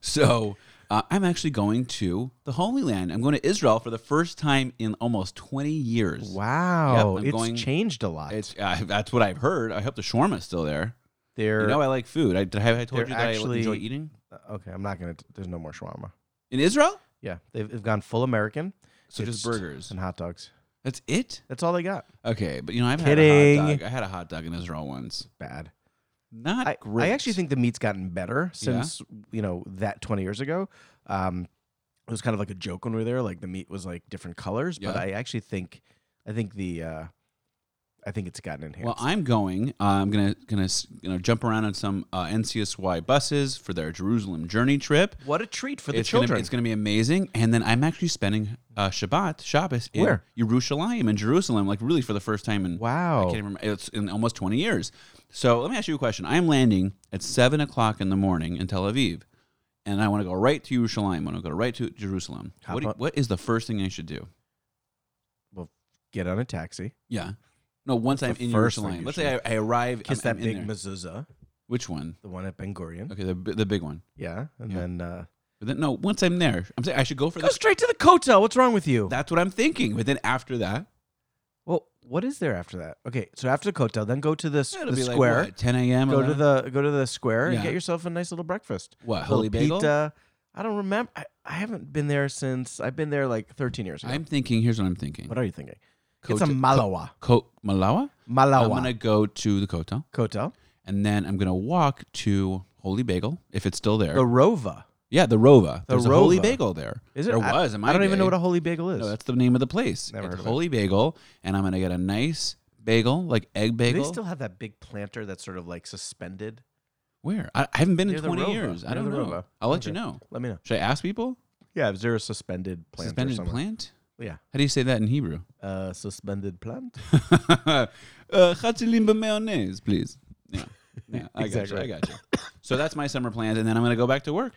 Speaker 1: So uh, I'm actually going to the Holy Land. I'm going to Israel for the first time in almost 20 years.
Speaker 2: Wow,
Speaker 1: I'm
Speaker 2: it's
Speaker 1: going-
Speaker 2: changed a lot.
Speaker 1: It's uh, that's what I've heard. I hope the shawarma is still there.
Speaker 2: They're
Speaker 4: You know, I like food. I, have I told
Speaker 2: They're
Speaker 4: you that I enjoy
Speaker 2: actually-
Speaker 4: eating
Speaker 2: okay. I'm not gonna. T- there's no more shawarma.
Speaker 4: in Israel.
Speaker 2: Yeah, they've, they've gone full American
Speaker 4: So
Speaker 2: It's-
Speaker 4: just burgers.
Speaker 2: and hot dogs.
Speaker 4: That's it.
Speaker 2: That's all they got.
Speaker 4: Okay, but you know, I've
Speaker 2: Kidding.
Speaker 4: had a hot dog. I had a hot dog in Israel once.
Speaker 2: Bad.
Speaker 4: Not
Speaker 2: I,
Speaker 4: great.
Speaker 2: I actually
Speaker 4: [LAUGHS]
Speaker 2: think the meat's gotten better
Speaker 4: Yeah?
Speaker 2: since you know that 20 years ago. Um, it was kind of like a joke when we were there, like the meat was like different colors. But
Speaker 4: Yeah.
Speaker 2: I actually think, I think the, uh, I think it's gotten enhanced.
Speaker 4: Well, I'm going. Uh, I'm gonna gonna s- you know jump around on some uh, NCSY buses for their Jerusalem journey trip.
Speaker 2: what a treat for the
Speaker 4: it's
Speaker 2: children!
Speaker 4: Gonna, it's going to be amazing. And then I'm actually spending uh, Shabbat, Shabbos, in
Speaker 2: Where?
Speaker 4: Yerushalayim, in Jerusalem, like really for the first time in I
Speaker 2: wow,
Speaker 4: can't even remember. It's in almost 20 years. So let me ask you a question. I'm landing at seven o'clock in the morning in Tel Aviv, and I want to go right to Yerushalayim. I want to go right to Jerusalem.
Speaker 2: Hop
Speaker 4: What, do you-
Speaker 2: on-
Speaker 4: what is the first thing I should do?
Speaker 2: get on a taxi,
Speaker 4: Yeah. No, once
Speaker 2: What's
Speaker 4: I'm
Speaker 2: the
Speaker 4: in
Speaker 2: first thing
Speaker 4: Jerusalem.
Speaker 2: you
Speaker 4: Let's
Speaker 2: should
Speaker 4: say I, I arrive.
Speaker 2: kiss
Speaker 4: I'm-
Speaker 2: that
Speaker 4: I'm in
Speaker 2: big
Speaker 4: there.
Speaker 2: mezuzah,
Speaker 4: Which one?
Speaker 2: the one at Ben Gurion.
Speaker 4: Okay, the bi- the big one.
Speaker 2: Yeah, and
Speaker 4: Yeah.
Speaker 2: then uh,
Speaker 4: But then no, once I'm there, I'm saying I should go for
Speaker 2: go
Speaker 4: that.
Speaker 2: straight to the Kotel. What's wrong with you?
Speaker 4: That's what I'm thinking. But then after that,
Speaker 2: well, what is there after that? Okay, so after the Kotel, then go to the, s-
Speaker 4: it'll
Speaker 2: the
Speaker 4: be
Speaker 2: square.
Speaker 4: like what, 10 a.m.
Speaker 2: go to
Speaker 4: 11?
Speaker 2: the go to the square and
Speaker 4: Yeah.
Speaker 2: get yourself a nice little breakfast.
Speaker 4: What,
Speaker 2: Little
Speaker 4: Holy Bagel?
Speaker 2: Pita. I don't remember. I, I haven't been there since I've been there like 13 years ago.
Speaker 4: I'm thinking. Here's what I'm thinking.
Speaker 2: what are you thinking?
Speaker 4: Go
Speaker 2: it's a
Speaker 4: to-
Speaker 2: Malawa.
Speaker 4: Co- Malawa. I'm
Speaker 2: Malawa.
Speaker 4: gonna go to the Kotel,
Speaker 2: Kotel.
Speaker 4: and then I'm gonna walk to Holy Bagel if it's still there.
Speaker 2: The Rova.
Speaker 4: yeah, the
Speaker 2: The
Speaker 4: Rova. There's a Holy
Speaker 2: Rova.
Speaker 4: Bagel there.
Speaker 2: Is it?
Speaker 4: There
Speaker 2: I,
Speaker 4: was. In my
Speaker 2: I don't even know
Speaker 4: day.
Speaker 2: what a holy bagel is.
Speaker 4: No, that's the name of the place.
Speaker 2: Never
Speaker 4: it's
Speaker 2: heard of it.
Speaker 4: Holy Bagel, and I'm gonna get a nice bagel, like egg
Speaker 2: Do
Speaker 4: bagel.
Speaker 2: they still have that big planter that's sort of like suspended?
Speaker 4: Where? I, I haven't been
Speaker 2: Near
Speaker 4: in
Speaker 2: the
Speaker 4: 20
Speaker 2: Rova.
Speaker 4: years. I
Speaker 2: Near
Speaker 4: don't
Speaker 2: the
Speaker 4: know.
Speaker 2: Rova.
Speaker 4: I'll let you
Speaker 2: Okay.
Speaker 4: know.
Speaker 2: Let me know.
Speaker 4: Should I ask people?
Speaker 2: Yeah, is there a suspended plant? or
Speaker 4: Suspended
Speaker 2: something?
Speaker 4: plant?
Speaker 2: Yeah.
Speaker 4: How do you say that in Hebrew? [LAUGHS]
Speaker 2: Uh, suspended plant.
Speaker 4: uh, Chatzilim mayonnaise, please. Yeah, yeah, I
Speaker 2: Exactly.
Speaker 4: got you. I got you. [COUGHS] So that's my summer plans, and then I'm gonna go back to work.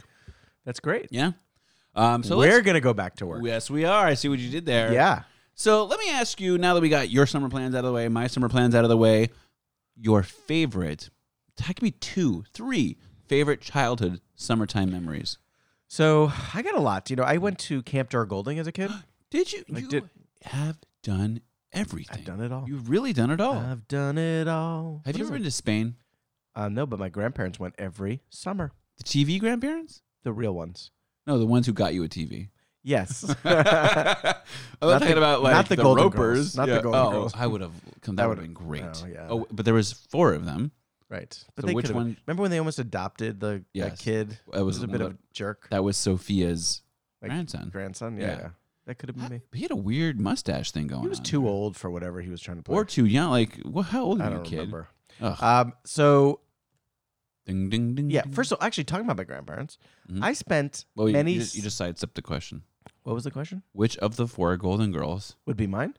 Speaker 2: That's
Speaker 4: [LAUGHS]
Speaker 2: great.
Speaker 4: Yeah. Um, so
Speaker 2: We're
Speaker 4: let's-
Speaker 2: gonna go back to work.
Speaker 4: yes, we are. I see what you did there.
Speaker 2: Yeah.
Speaker 4: So let me ask you now that we got your summer plans out of the way, my summer plans out of the way, your favorite, that could be two, three favorite childhood summertime memories.
Speaker 2: So I got a lot. You know, I went to Camp Dar Golding as a
Speaker 4: [GASPS]
Speaker 2: kid.
Speaker 4: Did you?
Speaker 2: I
Speaker 4: you
Speaker 2: did.
Speaker 4: have done everything.
Speaker 2: I've done it all.
Speaker 4: You've really done it all.
Speaker 2: I've done it all. Uh,
Speaker 4: have
Speaker 2: What
Speaker 4: you
Speaker 2: is
Speaker 4: ever
Speaker 2: it?
Speaker 4: been to Spain?
Speaker 2: Uh, no, but my grandparents went every summer.
Speaker 4: The TV grandparents?
Speaker 2: The real ones.
Speaker 4: No, the ones who got you a TV. [LAUGHS]
Speaker 2: Yes. [LAUGHS] Oh,
Speaker 4: I'm
Speaker 2: Not
Speaker 4: thinking
Speaker 2: the-
Speaker 4: about like
Speaker 2: not the
Speaker 4: the,
Speaker 2: Golden
Speaker 4: ropers,
Speaker 2: Girls, not the Golden
Speaker 4: oh,
Speaker 2: Girls.
Speaker 4: I would have come. That,
Speaker 2: That
Speaker 4: would have
Speaker 2: would've-
Speaker 4: been great.
Speaker 2: Oh, yeah.
Speaker 4: Oh, but there was four of them.
Speaker 2: right. But
Speaker 4: So
Speaker 2: they
Speaker 4: which
Speaker 2: could've-
Speaker 4: one-
Speaker 2: Remember when they almost adopted the that
Speaker 4: Yes.
Speaker 2: kid?
Speaker 4: That was
Speaker 2: He a
Speaker 4: one
Speaker 2: bit
Speaker 4: of
Speaker 2: of a jerk.
Speaker 4: That was Sophia's
Speaker 2: Like,
Speaker 4: grandson.
Speaker 2: grandson. Yeah.
Speaker 4: Yeah.
Speaker 2: yeah. That could have been
Speaker 4: How-
Speaker 2: me.
Speaker 4: He had a weird mustache thing going.
Speaker 2: He was
Speaker 4: on
Speaker 2: too
Speaker 4: there.
Speaker 2: old for whatever he was trying to play.
Speaker 4: or too young. Like, wha- how old
Speaker 2: I
Speaker 4: are you,
Speaker 2: don't
Speaker 4: kid?
Speaker 2: remember.
Speaker 4: Ugh.
Speaker 2: Um, so
Speaker 4: ding, ding, ding.
Speaker 2: yeah,
Speaker 4: ding.
Speaker 2: first of all, actually talking about my grandparents,
Speaker 4: Mhm.
Speaker 2: I spent
Speaker 4: Well, you,
Speaker 2: many.
Speaker 4: you, just, you just sidestepped the question.
Speaker 2: what was the question?
Speaker 4: Which of the four Golden Girls
Speaker 2: Would be mine.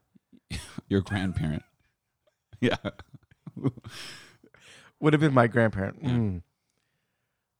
Speaker 4: your grandparent? yeah.
Speaker 2: Would have been my grandparent.
Speaker 4: Yeah.
Speaker 2: Mm.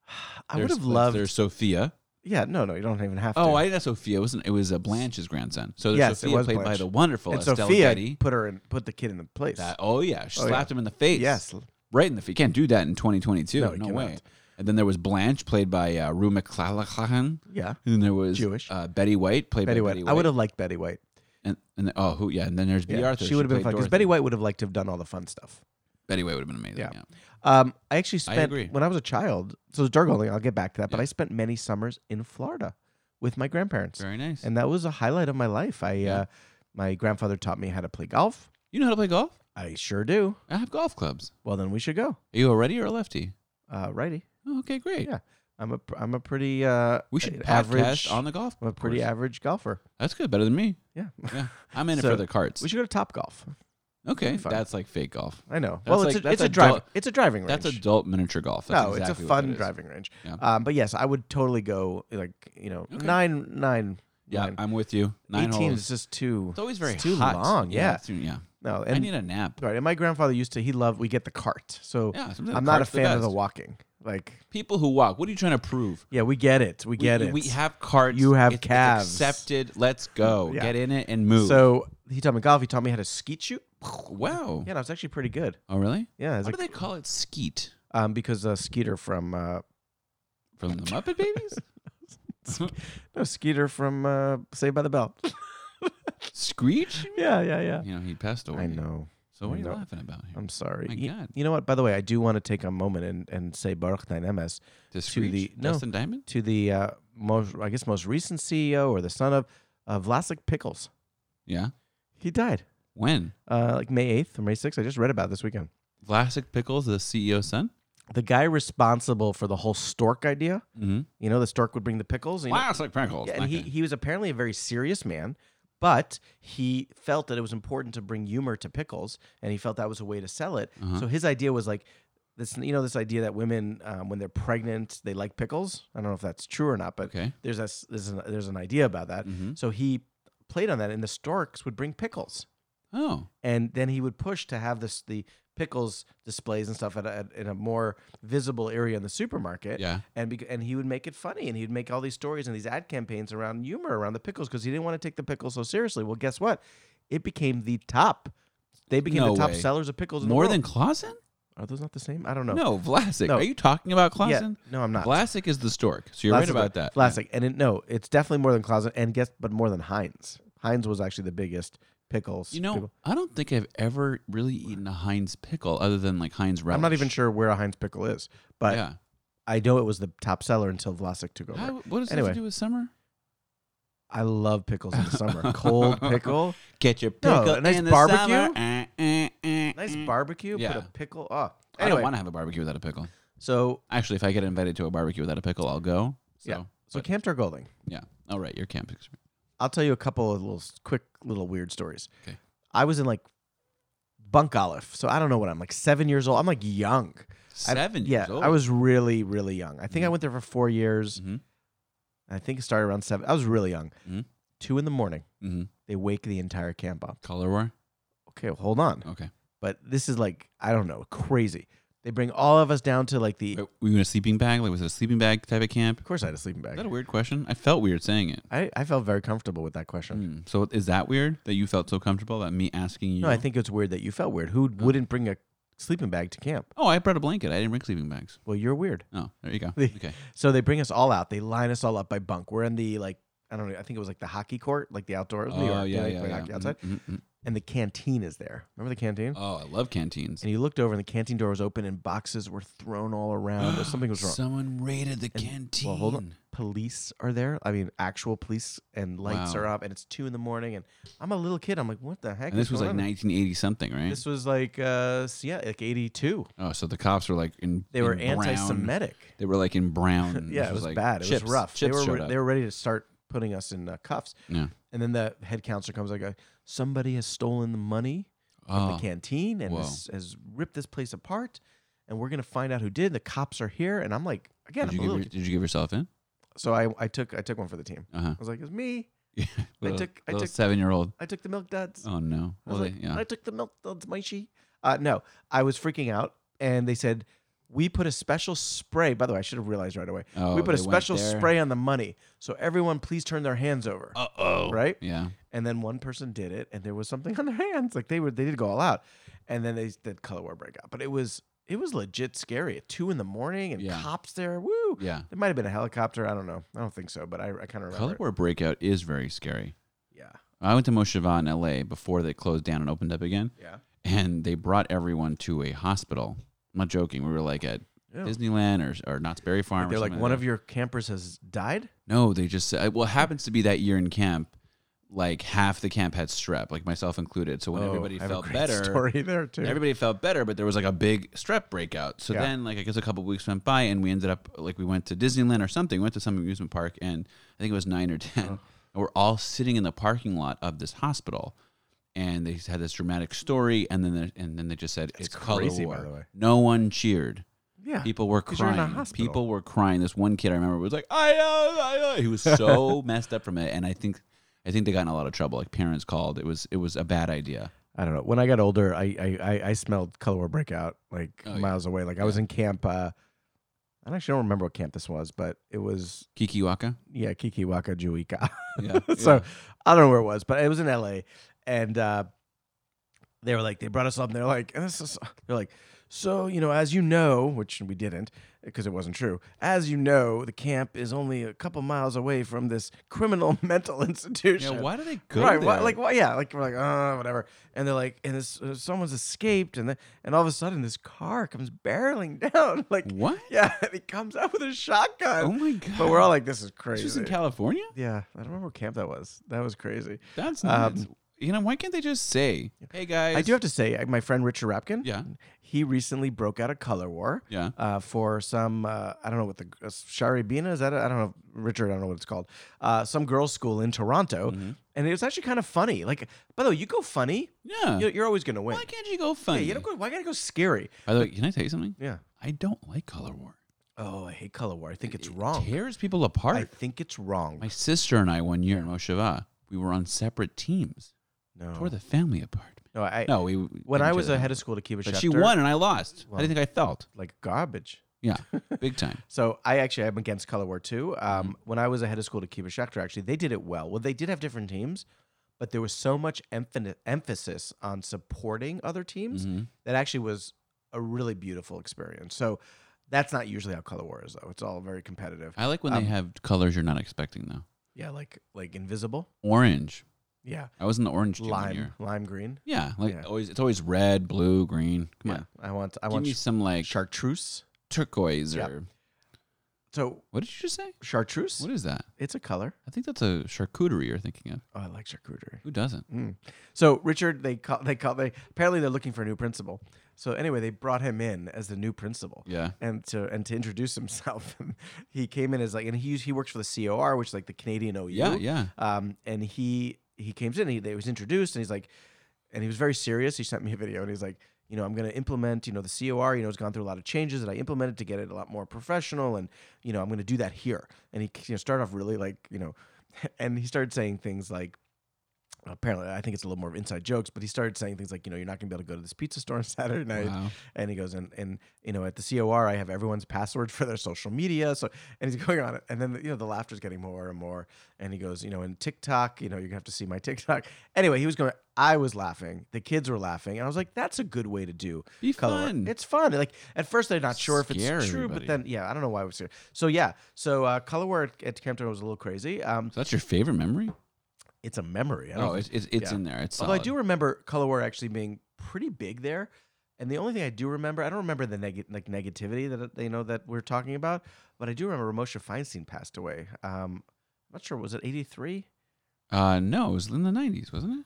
Speaker 2: [SIGHS] I would
Speaker 4: There's-
Speaker 2: have loved.
Speaker 4: There's Sophia.
Speaker 2: Yeah, no, no, you don't even have to.
Speaker 4: Oh, I didn't have Sophia. It wasn't it was uh, Blanche's grandson. So there's
Speaker 2: Yes, it
Speaker 4: Sophia
Speaker 2: was
Speaker 4: played by
Speaker 2: Blanche.
Speaker 4: the wonderful
Speaker 2: and
Speaker 4: Estelle
Speaker 2: Sophia
Speaker 4: Getty.
Speaker 2: put her in, put the kid in the place.
Speaker 4: That- oh yeah, she
Speaker 2: Oh, yeah.
Speaker 4: slapped him in the face.
Speaker 2: yes,
Speaker 4: right in the face. Can't do that in 2022.
Speaker 2: No,
Speaker 4: No,
Speaker 2: you cannot.
Speaker 4: way. And then there was Blanche, played by uh, Rue McClanahan.
Speaker 2: yeah.
Speaker 4: And then there was
Speaker 2: Jewish.
Speaker 4: uh, Betty White, played
Speaker 2: Betty
Speaker 4: by
Speaker 2: White.
Speaker 4: Betty White.
Speaker 2: I would have liked Betty White.
Speaker 4: And, and then- oh, who? Yeah. And then there's B.
Speaker 2: Yeah,
Speaker 4: Arthur.
Speaker 2: She would have been fun
Speaker 4: played
Speaker 2: because
Speaker 4: Dorothy.
Speaker 2: Betty White would have liked to have done all the fun stuff.
Speaker 4: Betty White would have been amazing. Yeah.
Speaker 2: Yeah. Um, I actually
Speaker 4: I
Speaker 2: spent
Speaker 4: agree.
Speaker 2: when I was a child. So it's Dargoling. I'll get back to that. But
Speaker 4: Yeah.
Speaker 2: I spent many summers in Florida with my grandparents,
Speaker 4: Very nice. And
Speaker 2: and that was a highlight of my life. I,
Speaker 4: Yeah.
Speaker 2: uh, my grandfather taught me how to play golf.
Speaker 4: you know how to play golf?
Speaker 2: I sure do.
Speaker 4: I have golf clubs.
Speaker 2: Well, then we should go.
Speaker 4: Are you a righty or a lefty?
Speaker 2: Uh, righty.
Speaker 4: Oh, okay, great.
Speaker 2: Yeah. I'm a pr- I'm a pretty uh,
Speaker 4: We should
Speaker 2: average
Speaker 4: podcast on the golf.
Speaker 2: I'm a pretty
Speaker 4: course.
Speaker 2: average golfer.
Speaker 4: That's good. Better than me. [LAUGHS]
Speaker 2: Yeah.
Speaker 4: Yeah. I'm in it
Speaker 2: So,
Speaker 4: for the carts.
Speaker 2: We should go to Top Golf.
Speaker 4: okay.
Speaker 2: fun.
Speaker 4: That's like fake golf.
Speaker 2: I know.
Speaker 4: That's
Speaker 2: well,
Speaker 4: like-
Speaker 2: it's a,
Speaker 4: that's
Speaker 2: it's a,
Speaker 4: adult-
Speaker 2: driving it's a driving range.
Speaker 4: That's adult miniature golf. That's
Speaker 2: no,
Speaker 4: exactly
Speaker 2: it's a
Speaker 4: what that
Speaker 2: fun
Speaker 4: is.
Speaker 2: driving range.
Speaker 4: Yeah.
Speaker 2: Um, but yes, I would totally go like you know
Speaker 4: Okay.
Speaker 2: nine nine.
Speaker 4: Yeah,
Speaker 2: nine.
Speaker 4: I'm with you. Nine
Speaker 2: 18
Speaker 4: holes.
Speaker 2: is just too.
Speaker 4: It's always very
Speaker 2: it's too
Speaker 4: hot.
Speaker 2: long. Yeah.
Speaker 4: it's too- yeah.
Speaker 2: No,
Speaker 4: I
Speaker 2: and
Speaker 4: need a nap.
Speaker 2: right. And my grandfather used to. He loved. We get the cart. So
Speaker 4: Yeah, sometimes
Speaker 2: I'm not a
Speaker 4: cart's the
Speaker 2: fan of the
Speaker 4: best.
Speaker 2: walking. Like
Speaker 4: People who walk. What are you trying to prove?
Speaker 2: yeah, we get it. We get
Speaker 4: we,
Speaker 2: it.
Speaker 4: We have carts.
Speaker 2: You have
Speaker 4: it's, it's
Speaker 2: calves.
Speaker 4: accepted. Let's go.
Speaker 2: Yeah.
Speaker 4: Get in it and move.
Speaker 2: So he taught me golf. He taught me how to skeet shoot.
Speaker 4: wow.
Speaker 2: Yeah, and I was actually pretty good.
Speaker 4: Oh really?
Speaker 2: Yeah,
Speaker 4: Why
Speaker 2: it's
Speaker 4: do
Speaker 2: like,
Speaker 4: they call it skeet
Speaker 2: um, because uh, Skeeter from uh,
Speaker 4: from the Muppet Babies?
Speaker 2: [LAUGHS] no Skeeter from uh, Saved by the Bell. [LAUGHS]
Speaker 4: Screech?
Speaker 2: yeah, yeah, yeah.
Speaker 4: You know he passed away.
Speaker 2: I know.
Speaker 4: So what are you
Speaker 2: No.
Speaker 4: laughing about here?
Speaker 2: I'm sorry.
Speaker 4: My
Speaker 2: You-
Speaker 4: God.
Speaker 2: You know what? By the way, I do want to take a moment and, and say Baruch Naim MS
Speaker 4: To
Speaker 2: to
Speaker 4: Screech?
Speaker 2: the no,
Speaker 4: Dustin Diamond?
Speaker 2: to the uh, most I guess most recent CEO or the son of uh, Vlasic Pickles.
Speaker 4: Yeah.
Speaker 2: He died
Speaker 4: When?
Speaker 2: uh, like May eighth or May sixth. I just read about it this weekend.
Speaker 4: Vlasic Pickles, the CEO's son?
Speaker 2: The guy responsible for the whole stork idea.
Speaker 4: Mm-hmm.
Speaker 2: You know, the stork would bring the pickles. you know-
Speaker 4: Vlasic Pickles.
Speaker 2: Yeah, and he,
Speaker 4: Okay.
Speaker 2: he was apparently a very serious man, but he felt that it was important to bring humor to pickles, and he felt that was a way to sell it. So his idea was like this, you know, this idea that women, um, when they're pregnant, they like pickles. I don't know if that's true or not, but
Speaker 4: Okay.
Speaker 2: there's a s- there's an, there's an idea about that. So he played on that, and the storks would bring pickles,
Speaker 4: Oh.
Speaker 2: and then he would push to have this the pickles displays and stuff at a, at, in a more visible area in the supermarket
Speaker 4: Yeah.
Speaker 2: and bec- and he would make it funny and he'd make all these stories and these ad campaigns around humor around the pickles because he didn't want to take the pickles so seriously. Well, guess what? It became the top. They became
Speaker 4: No
Speaker 2: the top
Speaker 4: way.
Speaker 2: sellers of pickles in
Speaker 4: More
Speaker 2: the
Speaker 4: than
Speaker 2: world.
Speaker 4: Clausen?
Speaker 2: Are those not the same? I don't know.
Speaker 4: No, Vlasic.
Speaker 2: No.
Speaker 4: Are you talking about
Speaker 2: Yeah,
Speaker 4: Clausen?
Speaker 2: no, I'm not.
Speaker 4: Vlasic is the stork. So you're
Speaker 2: Vlasic-
Speaker 4: right about that.
Speaker 2: Vlasic. And it, no, it's definitely more than Closet and guess but more than Heinz. Heinz was actually the biggest pickles.
Speaker 4: You know,
Speaker 2: people-
Speaker 4: I don't think I've ever really eaten a Heinz pickle other than like Heinz relish.
Speaker 2: I'm not even sure where a Heinz pickle is, but
Speaker 4: yeah.
Speaker 2: I know it was the top seller until Vlasic took over.
Speaker 4: How- what does it
Speaker 2: Anyway.
Speaker 4: have to do with summer?
Speaker 2: I love pickles in the
Speaker 4: [LAUGHS]
Speaker 2: summer. Cold pickle.
Speaker 4: Get your
Speaker 2: No,
Speaker 4: pickle
Speaker 2: a nice
Speaker 4: in the
Speaker 2: barbecue.
Speaker 4: summer. Eh, eh, eh,
Speaker 2: Nice
Speaker 4: eh.
Speaker 2: barbecue.
Speaker 4: Yeah.
Speaker 2: Put a pickle. Oh.
Speaker 4: I don't
Speaker 2: Anyway,
Speaker 4: want to have a barbecue without a pickle.
Speaker 2: so
Speaker 4: Actually, if I get invited to a barbecue without a pickle, I'll go. So,
Speaker 2: Yeah. So
Speaker 4: but-
Speaker 2: Cantor Golding,
Speaker 4: yeah. All right, your camp experience.
Speaker 2: I'll tell you a couple of little s- quick little weird stories.
Speaker 4: Okay.
Speaker 2: I was in like bunk Aleph, so I don't know what I'm like seven years old. I'm like young. I-
Speaker 4: 7
Speaker 2: yeah,
Speaker 4: years old. Mm-hmm.
Speaker 2: I was really really young. I think I went there for four years.
Speaker 4: Mhm.
Speaker 2: I think it started around seven. I was really young.
Speaker 4: Mhm.
Speaker 2: Two in the morning,
Speaker 4: Mhm.
Speaker 2: they wake the entire camp up.
Speaker 4: color war.
Speaker 2: Okay, well, hold on.
Speaker 4: Okay.
Speaker 2: But this is like I don't know, crazy. They bring all of us down to like the.
Speaker 4: Wait, were you in a sleeping bag? Like was it a sleeping bag type of camp?
Speaker 2: Of course, I had a sleeping
Speaker 4: Is
Speaker 2: bag.
Speaker 4: that a weird question? I felt weird saying it.
Speaker 2: I, I felt very comfortable with that question.
Speaker 4: Hmm. So is that weird that you felt so comfortable that me asking you?
Speaker 2: No, I think it's weird that you felt weird. Who wouldn't bring a sleeping bag to camp?
Speaker 4: Oh, I brought a blanket. I didn't bring sleeping bags.
Speaker 2: Well, you're weird.
Speaker 4: Oh, there you go.
Speaker 2: The-
Speaker 4: Okay.
Speaker 2: So they bring us all out. They line us all up by bunk. We're in the like I don't know. I think it was like the hockey court, like the outdoors. New York.
Speaker 4: Oh
Speaker 2: They,
Speaker 4: yeah,
Speaker 2: like,
Speaker 4: yeah,
Speaker 2: play
Speaker 4: yeah.
Speaker 2: hockey outside,
Speaker 4: Mhm, mhm, mhm.
Speaker 2: and the canteen is there. Remember the canteen?
Speaker 4: Oh, I love canteens.
Speaker 2: And you looked over, and the canteen door was open, and boxes were thrown all around,
Speaker 4: [GASPS]
Speaker 2: or something was wrong.
Speaker 4: Someone raided the
Speaker 2: And-
Speaker 4: canteen.
Speaker 2: Well, hold on. Police are there. I mean, actual police and lights
Speaker 4: Wow.
Speaker 2: are up, and it's two in the morning. And I'm a little kid. I'm like, what the heck?
Speaker 4: And
Speaker 2: is
Speaker 4: this was like
Speaker 2: going on?
Speaker 4: 1980 something, right?
Speaker 2: This was like, uh, s- yeah, like 82.
Speaker 4: oh, so the cops were like in.
Speaker 2: They were
Speaker 4: in brown-
Speaker 2: anti-Semitic.
Speaker 4: They were like in brown.
Speaker 2: [LAUGHS] yeah,
Speaker 4: which
Speaker 2: it was
Speaker 4: like
Speaker 2: bad. It
Speaker 4: Chips,
Speaker 2: was rough.
Speaker 4: Chips
Speaker 2: they were
Speaker 4: showed up.
Speaker 2: they were ready to start putting us in uh, cuffs.
Speaker 4: Yeah.
Speaker 2: And then the head counselor comes like, uh, somebody has stolen the money from
Speaker 4: Oh.
Speaker 2: the canteen and
Speaker 4: Whoa.
Speaker 2: has, has ripped this place apart, and we're gonna find out who did. The cops are here, and I'm like, again,
Speaker 4: Did
Speaker 2: I'm a
Speaker 4: you, give,
Speaker 2: little
Speaker 4: your-
Speaker 2: kid.
Speaker 4: did you give yourself in?
Speaker 2: so I, I took I took one for the team.
Speaker 4: Uh huh.
Speaker 2: I was like, it's me.
Speaker 4: [LAUGHS] Yeah.
Speaker 2: I took I
Speaker 4: little
Speaker 2: took
Speaker 4: seven year old.
Speaker 2: I took the milk duds.
Speaker 4: Oh no.
Speaker 2: I was
Speaker 4: Well, they-
Speaker 2: like,
Speaker 4: yeah.
Speaker 2: I took the milk duds, Maishi. Uh, no, I was freaking out, and they said we put a special spray. By the way, I should have realized right away.
Speaker 4: Oh,
Speaker 2: we put a
Speaker 4: they went
Speaker 2: special
Speaker 4: there.
Speaker 2: spray on the money, so everyone please turn their hands over.
Speaker 4: Uh oh.
Speaker 2: Right?
Speaker 4: Yeah.
Speaker 2: And then one person did it, and there was something [LAUGHS] on their hands. Like they were, they did go all out, and then they did color war breakout. But it was, it was legit scary at two in the morning, and
Speaker 4: Yeah.
Speaker 2: cops there. Woo!
Speaker 4: Yeah.
Speaker 2: There might have been a helicopter. I don't know. I don't think so, but I, I kind of remember.
Speaker 4: Color
Speaker 2: it.
Speaker 4: war breakout is very scary.
Speaker 2: Yeah.
Speaker 4: I went to Mosheva in L.A. before they closed down and opened up again.
Speaker 2: Yeah.
Speaker 4: and they brought everyone to a hospital. I'm not joking. We were like at
Speaker 2: Yeah.
Speaker 4: Disneyland or, or Knott's Berry Farm.
Speaker 2: They're
Speaker 4: or
Speaker 2: like,
Speaker 4: something
Speaker 2: one
Speaker 4: that.
Speaker 2: of your campers has died.
Speaker 4: No, they just said. Well, it happens to be that year in camp, like half the camp had strep, like myself included. So when
Speaker 2: Oh,
Speaker 4: everybody
Speaker 2: I have a
Speaker 4: felt
Speaker 2: great [LAUGHS]
Speaker 4: better,
Speaker 2: Story there too.
Speaker 4: everybody felt better, but there was like a big strep breakout. So
Speaker 2: Yeah.
Speaker 4: then, like I guess a couple weeks went by, and we ended up like we went to Disneyland or something. Went to some amusement park, and I think it was nine or ten.
Speaker 2: Uh-huh.
Speaker 4: And we're all sitting in the parking lot of this hospital, and they had this dramatic story, and then the, and then they just said it's
Speaker 2: crazy,
Speaker 4: color
Speaker 2: by the
Speaker 4: war.
Speaker 2: way.
Speaker 4: No one cheered.
Speaker 2: yeah.
Speaker 4: People were
Speaker 2: 'Cause you're in a
Speaker 4: crying.
Speaker 2: hospital.
Speaker 4: People were crying. This one kid I remember was like, I know, I know. He was
Speaker 2: [LAUGHS]
Speaker 4: so messed up from it, and I think. I think they got in a lot of trouble. Like parents called. It was it was a bad idea.
Speaker 2: I don't know. When I got older, I I, I, I smelled color war breakout like
Speaker 4: Oh, yeah.
Speaker 2: miles away. Like I was in camp. Uh, I actually don't remember what camp this was, but it was [LAUGHS]
Speaker 4: Kikiwaka.
Speaker 2: yeah, Kikiwaka Juika. [LAUGHS]
Speaker 4: Yeah.
Speaker 2: so
Speaker 4: yeah.
Speaker 2: I don't know where it was, but it was in L.A. and uh, they were like they brought us up. and They're like and this is, they're like So, you know, as you know, which we didn't because it wasn't true, as you know, the camp is only a couple miles away from this criminal [LAUGHS] mental institution.
Speaker 4: why do they go
Speaker 2: Right, why-
Speaker 4: there?
Speaker 2: like, why, yeah, like, we're like, oh, whatever. And they're like, and this, uh, someone's escaped, and, the, and all of a sudden this car comes barreling [LAUGHS] down. Like,
Speaker 4: What?
Speaker 2: Yeah, [LAUGHS] and he comes out with a shotgun.
Speaker 4: Oh my
Speaker 2: But we're all like, this is crazy.
Speaker 4: This was in California.
Speaker 2: yeah, I don't remember what camp that was. That was crazy.
Speaker 4: That's
Speaker 2: Um,
Speaker 4: nuts. you know why can't they just say, "Hey guys,
Speaker 2: I do have to say, uh, my friend Richard Rapkin.
Speaker 4: Yeah.
Speaker 2: He recently broke out a color war.
Speaker 4: Yeah.
Speaker 2: Uh, for some, uh, I don't know what the uh, Shari Bina is that? I I don't know, Richard. I don't know what it's called. Uh, some girls' school in Toronto,
Speaker 4: Mm-hmm.
Speaker 2: and it was actually kind of funny. Like, by the way, you go funny,
Speaker 4: Yeah.
Speaker 2: you- you're always gonna win.
Speaker 4: Why can't you go funny?
Speaker 2: Yeah, you don't go. Why gotta go scary?
Speaker 4: By the way, can I tell you something?
Speaker 2: Yeah.
Speaker 4: I don't like color war.
Speaker 2: Oh, I hate color war. I think it's
Speaker 4: It
Speaker 2: wrong.
Speaker 4: tears people apart.
Speaker 2: Oh. I think it's wrong.
Speaker 4: My sister and I one year in Mosheva, we were on separate teams.
Speaker 2: no.
Speaker 4: Tore the family apart.
Speaker 2: no, Oh. I.
Speaker 4: No, we
Speaker 2: When I was a
Speaker 4: ahead
Speaker 2: head of school to Kiva
Speaker 4: But she
Speaker 2: Schefter,
Speaker 4: won and I lost. How do you think I felt?
Speaker 2: like garbage.
Speaker 4: Yeah,
Speaker 2: [LAUGHS]
Speaker 4: big time.
Speaker 2: So I actually am against color war too.
Speaker 4: Mm-hmm.
Speaker 2: Um, when I was a head of school to Kiva Schecter, actually they did it well. Well, they did have different teams, but there was so much emph- emphasis on supporting other teams
Speaker 4: Mm-hmm.
Speaker 2: that actually was a really beautiful experience. So that's not usually how color war is though. It's all very competitive.
Speaker 4: I like when
Speaker 2: Um,
Speaker 4: they have colors you're not expecting though.
Speaker 2: yeah, like like invisible.
Speaker 4: Orange.
Speaker 2: Yeah,
Speaker 4: I was in the orange team one
Speaker 2: lime
Speaker 4: year.
Speaker 2: lime green.
Speaker 4: Yeah, like
Speaker 2: Yeah.
Speaker 4: always. It's always red, blue, green. Come on,
Speaker 2: I want I
Speaker 4: give
Speaker 2: want
Speaker 4: me
Speaker 2: sh-
Speaker 4: some like
Speaker 2: chartreuse.
Speaker 4: turquoise or
Speaker 2: Yeah. So
Speaker 4: what did you just say?
Speaker 2: chartreuse,
Speaker 4: What is that?
Speaker 2: it's a color.
Speaker 4: I think that's a charcuterie you're thinking of.
Speaker 2: Oh, I like charcuterie.
Speaker 4: Who doesn't?
Speaker 2: Mm. So Richard, they call, they call, they apparently they're looking for a new principal. So anyway, they brought him in as the new principal.
Speaker 4: Yeah.
Speaker 2: And to and to introduce himself, [LAUGHS] he came in as like, and he he works for the COR, which is like the Canadian OU.
Speaker 4: Yeah, yeah.
Speaker 2: Um, and he he came in, and he they was introduced, and he's like, and he was very serious. He sent me a video, and he's like, you know, I'm going to implement, you know, the COR. You know, it's gone through a lot of changes that I implemented to get it a lot more professional, and you know, I'm going to do that here. And he you know started off really like, you know, [LAUGHS] and he started saying things like apparently I think it's a little more of inside jokes, but he started saying things like, you know, you're not gonna be able to go to this pizza store on [LAUGHS] Saturday night.
Speaker 4: Wow.
Speaker 2: And he goes, and and you know, at the COR I have everyone's password for their social media. So and he's [LAUGHS] going on it. And then you know, the laughter's getting more and more. And he goes, you know, in TikTok, you know, you're gonna have to see my [LAUGHS] TikTok. Anyway, he was going, I was laughing, the kids were laughing, and I was like, that's a good way to do
Speaker 4: Be
Speaker 2: color.
Speaker 4: fun.
Speaker 2: It's fun. Like at first they're not sure if it's
Speaker 4: Scare
Speaker 2: true,
Speaker 4: everybody.
Speaker 2: but then yeah, I don't know why it was here. So yeah, so uh, color war at, at Camp Toronto was a little crazy. Um,
Speaker 4: So that's your favorite memory?
Speaker 2: it's a memory. I don't
Speaker 4: Oh, it's it's, it's
Speaker 2: yeah.
Speaker 4: in there. It's
Speaker 2: Although I
Speaker 4: solid.
Speaker 2: do remember color war actually being pretty big there, and the only thing I do remember, I don't remember the neg- like negativity that uh, you know that we're talking about, but I do remember Moshe Feinstein passed away. Um, I'm not sure was it '83?
Speaker 4: Uh, no, it was in the '90s, wasn't it?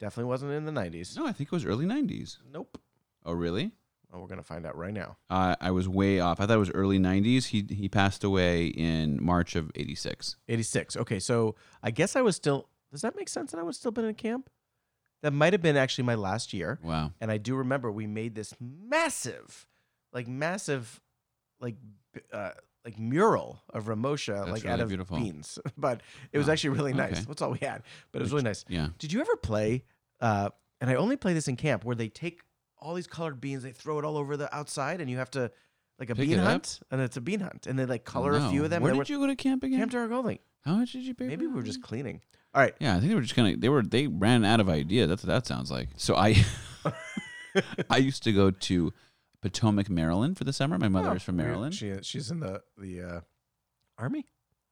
Speaker 2: Definitely wasn't in the '90s.
Speaker 4: No, I think it was early '90s.
Speaker 2: Nope.
Speaker 4: Oh, really?
Speaker 2: Oh, we're gonna find out right now.
Speaker 4: Uh, I was way off. I thought it was early '90s. He he passed away in March of '86.
Speaker 2: '86. Okay, so I guess I was still. Does that make sense? That I would still been in camp. That might have been actually my last year.
Speaker 4: Wow.
Speaker 2: and I do remember we made this massive, like massive, like b- uh, like mural of Ramosha, like out
Speaker 4: really
Speaker 2: of
Speaker 4: beautiful.
Speaker 2: beans. [LAUGHS] But it was
Speaker 4: Wow.
Speaker 2: actually really nice.
Speaker 4: Okay.
Speaker 2: That's all we had, but it was really nice.
Speaker 4: Yeah.
Speaker 2: Did you ever play? Uh, and I only play this in camp where they take all these colored beans, they throw it all over the outside, and you have to like a
Speaker 4: Pick
Speaker 2: bean
Speaker 4: it up?
Speaker 2: hunt, and it's a bean hunt, and they like color a few
Speaker 4: No.
Speaker 2: of them.
Speaker 4: Where
Speaker 2: They
Speaker 4: did
Speaker 2: were-
Speaker 4: you go to camp again?
Speaker 2: Camp Tara Golding.
Speaker 4: How much did you pay?
Speaker 2: Maybe
Speaker 4: for
Speaker 2: we were
Speaker 4: that?
Speaker 2: just cleaning. All right.
Speaker 4: Yeah, I think they were just kind of they were they ran out of ideas. That's what that sounds like. So I [LAUGHS] I used to go to Potomac, Maryland for the summer. My
Speaker 2: Oh,
Speaker 4: mother is Oh, from Maryland.
Speaker 2: She, she's in the the uh, army,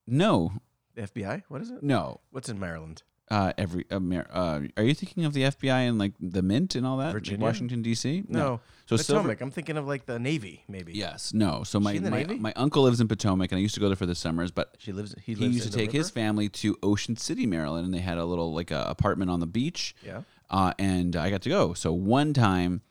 Speaker 4: no,
Speaker 2: the FBI. What is it?
Speaker 4: no.
Speaker 2: What's in Maryland?
Speaker 4: Uh, every uh, Mar- uh, are you thinking of the FBI and like the Mint and all that? Like,
Speaker 2: Virginia?
Speaker 4: Washington D.C.
Speaker 2: No.
Speaker 4: So Silver-
Speaker 2: Potomac. I'm thinking of like the Navy, maybe.
Speaker 4: Yes, no. So my
Speaker 2: in the
Speaker 4: my,
Speaker 2: Navy?
Speaker 4: my uncle lives in Potomac, and I used to go there for the summers. But
Speaker 2: She lives. He,
Speaker 4: he,
Speaker 2: lives
Speaker 4: used
Speaker 2: in
Speaker 4: to take
Speaker 2: the
Speaker 4: his
Speaker 2: river?
Speaker 4: family to Ocean City, Maryland, and they had a little like a apartment on the beach.
Speaker 2: Yeah.
Speaker 4: uh, and I got to go. So one time,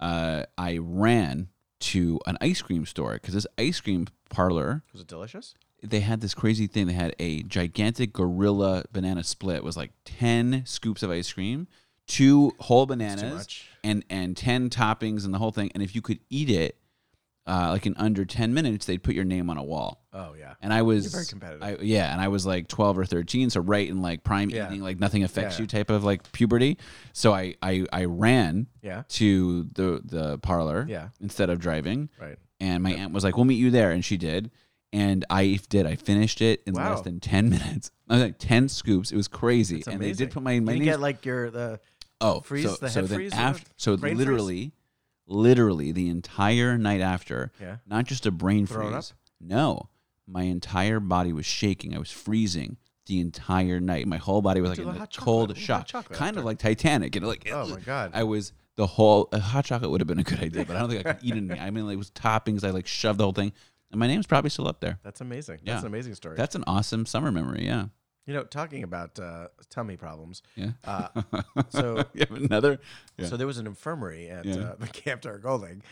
Speaker 4: uh, I ran to an ice cream store because this ice cream parlor
Speaker 2: Was it delicious?
Speaker 4: they had this crazy thing. They had a gigantic gorilla banana split. It was like ten scoops of ice cream, two whole bananas,
Speaker 2: much.
Speaker 4: and and ten toppings and the whole thing. And if you could eat it, uh, like in under ten minutes, they'd put your name on a wall.
Speaker 2: Oh yeah.
Speaker 4: And I was
Speaker 2: very competitive.
Speaker 4: I, yeah, and I was like twelve or thirteen, so right in like prime
Speaker 2: Yeah.
Speaker 4: eating, like nothing affects
Speaker 2: Yeah.
Speaker 4: you type of like puberty. So I I, I ran
Speaker 2: Yeah.
Speaker 4: to the the parlor
Speaker 2: Yeah.
Speaker 4: instead of driving.
Speaker 2: Right.
Speaker 4: And my aunt was like, "We'll meet you there," and she did. And I did. I finished it in less
Speaker 2: Wow.
Speaker 4: than ten [LAUGHS] minutes. I was like ten scoops. It was crazy.
Speaker 2: It's
Speaker 4: and
Speaker 2: amazing.
Speaker 4: they did put my
Speaker 2: Did
Speaker 4: my
Speaker 2: you
Speaker 4: name's-
Speaker 2: get like your the
Speaker 4: oh
Speaker 2: freeze
Speaker 4: so,
Speaker 2: the
Speaker 4: so
Speaker 2: head
Speaker 4: then
Speaker 2: freeze or
Speaker 4: after so
Speaker 2: brain freeze?
Speaker 4: literally literally the entire night after.
Speaker 2: Yeah.
Speaker 4: Not just a brain
Speaker 2: Thrown
Speaker 4: freeze. No, my entire body was shaking. I was freezing the entire night. My whole body was like
Speaker 2: do
Speaker 4: in
Speaker 2: the
Speaker 4: a
Speaker 2: hot chocolate.
Speaker 4: cold
Speaker 2: Ooh, hot
Speaker 4: shock,
Speaker 2: chocolate
Speaker 4: kind of like Titanic. And like, [COUGHS]
Speaker 2: Oh my God.
Speaker 4: I was the whole a hot chocolate would have been a good idea, but I don't think I could eat it. I mean, like, it was toppings. I like shoved the whole thing, and my name's probably still up there.
Speaker 2: That's amazing.
Speaker 4: Yeah.
Speaker 2: That's an amazing story.
Speaker 4: That's an awesome summer memory. Yeah. [LAUGHS]
Speaker 2: you know, talking about uh, tummy problems.
Speaker 4: Yeah.
Speaker 2: Uh,
Speaker 4: [LAUGHS]
Speaker 2: so
Speaker 4: you have another. Yeah.
Speaker 2: so there was an infirmary at
Speaker 4: Yeah.
Speaker 2: uh, [LAUGHS] the Camp Dar Golding.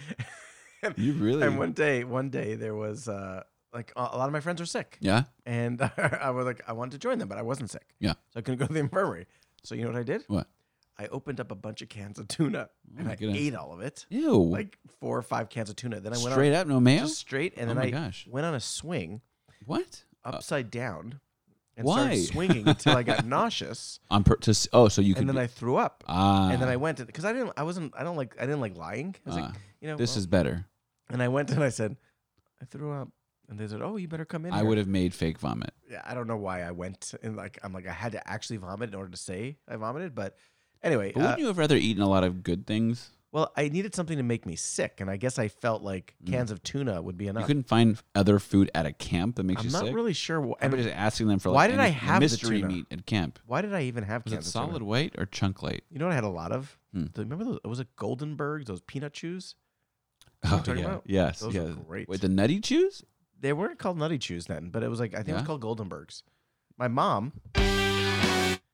Speaker 2: and,
Speaker 4: you really.
Speaker 2: and one day, one day there was uh, like a a lot of my friends are sick.
Speaker 4: yeah.
Speaker 2: And [LAUGHS] I was like, I wanted to join them, but I wasn't sick.
Speaker 4: Yeah.
Speaker 2: So I couldn't go to the infirmary. So you know what I did?
Speaker 4: What? Oh
Speaker 2: I opened up a bunch of cans of tuna and
Speaker 4: my
Speaker 2: I
Speaker 4: goodness.
Speaker 2: ate all of it.
Speaker 4: Ew.
Speaker 2: Like four or five cans of tuna. Then I went
Speaker 4: straight
Speaker 2: on,
Speaker 4: up, no mayo.
Speaker 2: just straight, and
Speaker 4: Oh
Speaker 2: then
Speaker 4: my
Speaker 2: I
Speaker 4: gosh.
Speaker 2: went on a swing
Speaker 4: what? Uh,
Speaker 2: upside down and
Speaker 4: Why?
Speaker 2: started swinging until I
Speaker 4: [LAUGHS]
Speaker 2: got nauseous,
Speaker 4: On pur- to, s- oh, so you could.
Speaker 2: and then
Speaker 4: be-
Speaker 2: I threw up.
Speaker 4: ah.
Speaker 2: and then I went because I didn't. I wasn't. I don't like. I didn't like lying. I was like,
Speaker 4: Ah,
Speaker 2: you know,
Speaker 4: This
Speaker 2: well-
Speaker 4: is better.
Speaker 2: And I went and I said, I threw up, and they said, Oh, you better come in.
Speaker 4: I
Speaker 2: here."
Speaker 4: would have made fake vomit.
Speaker 2: yeah, I don't know why I went and like I'm like I had to actually vomit in order to say I vomited, but anyway,
Speaker 4: But
Speaker 2: uh,
Speaker 4: wouldn't you have rather eaten a lot of good things?
Speaker 2: well, I needed something to make me sick, and I guess I felt like cans of tuna would be
Speaker 4: Mm. You
Speaker 2: enough.
Speaker 4: couldn't find other food at a camp that makes
Speaker 2: I'm
Speaker 4: you
Speaker 2: not
Speaker 4: sick.
Speaker 2: really sure why.
Speaker 4: I'm just asking them for like,
Speaker 2: Why did I
Speaker 4: any
Speaker 2: have the
Speaker 4: mystery
Speaker 2: tuna?
Speaker 4: meat at camp?
Speaker 2: why did I even have
Speaker 4: Was
Speaker 2: cans
Speaker 4: it
Speaker 2: of tuna?
Speaker 4: solid white or chunk light?
Speaker 2: You know what I had a lot of?
Speaker 4: Hmm.
Speaker 2: Do you remember those? Was it Goldenbergs? Those peanut chews?
Speaker 4: Oh
Speaker 2: talking
Speaker 4: yeah,
Speaker 2: about?
Speaker 4: yes,
Speaker 2: Those
Speaker 4: yeah.
Speaker 2: are great.
Speaker 4: With the nutty chews?
Speaker 2: They weren't called Nutty Chews then, but it was like I think it was
Speaker 4: Yeah?
Speaker 2: called Goldenbergs. My mom,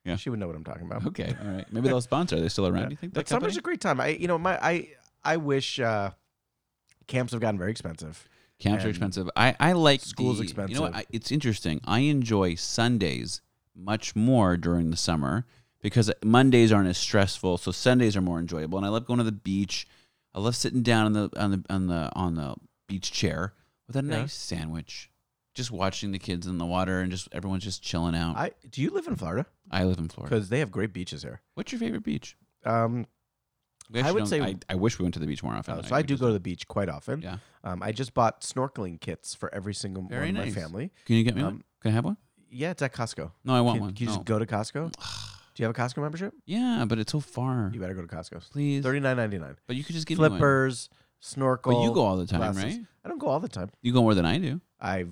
Speaker 4: Yeah.
Speaker 2: she would know what I'm talking about.
Speaker 4: Okay, all right. Maybe they'll sponsor. Are they still around?
Speaker 2: Yeah.
Speaker 4: Do you think that
Speaker 2: But summer's
Speaker 4: company?
Speaker 2: a great time. I, you know, my I, I wish uh, camps have gotten very expensive.
Speaker 4: Camps are
Speaker 2: and
Speaker 4: expensive. I, I like
Speaker 2: school's
Speaker 4: the- You know what?
Speaker 2: expensive.
Speaker 4: I, it's interesting. I enjoy Sundays much more during the summer because Mondays aren't as stressful, so Sundays are more enjoyable. And I love going to the beach. I love sitting down on the on the on the on the beach chair with a nice sandwich, just watching the kids in the water and just everyone's just chilling out. I,
Speaker 2: I do you live in Florida?
Speaker 4: live in Florida.
Speaker 2: Because they have great beaches here.
Speaker 4: What's your favorite beach?
Speaker 2: Um,
Speaker 4: We
Speaker 2: I
Speaker 4: actually
Speaker 2: would
Speaker 4: don't-
Speaker 2: say-
Speaker 4: I, I wish we went to the beach more often.
Speaker 2: uh, so I
Speaker 4: Oh, we
Speaker 2: do
Speaker 4: just-
Speaker 2: go to the beach quite often.
Speaker 4: Yeah.
Speaker 2: Um, I just bought snorkeling kits for every single
Speaker 4: Very
Speaker 2: one of
Speaker 4: nice.
Speaker 2: my family.
Speaker 4: Can you get me one?
Speaker 2: um,
Speaker 4: Can I have one?
Speaker 2: Yeah, it's at Costco.
Speaker 4: No, I want
Speaker 2: Can,
Speaker 4: one.
Speaker 2: can you
Speaker 4: No.
Speaker 2: just go to Costco? do you have a Costco membership?
Speaker 4: Yeah, but it's so far.
Speaker 2: You better go to Costco.
Speaker 4: Please.
Speaker 2: Thirty nine ninety nine.
Speaker 4: But you could just give me one.
Speaker 2: Flippers, snorkel.
Speaker 4: But you go all the time,
Speaker 2: glasses.
Speaker 4: right?
Speaker 2: I don't go all the time.
Speaker 4: You go more than I do.
Speaker 2: I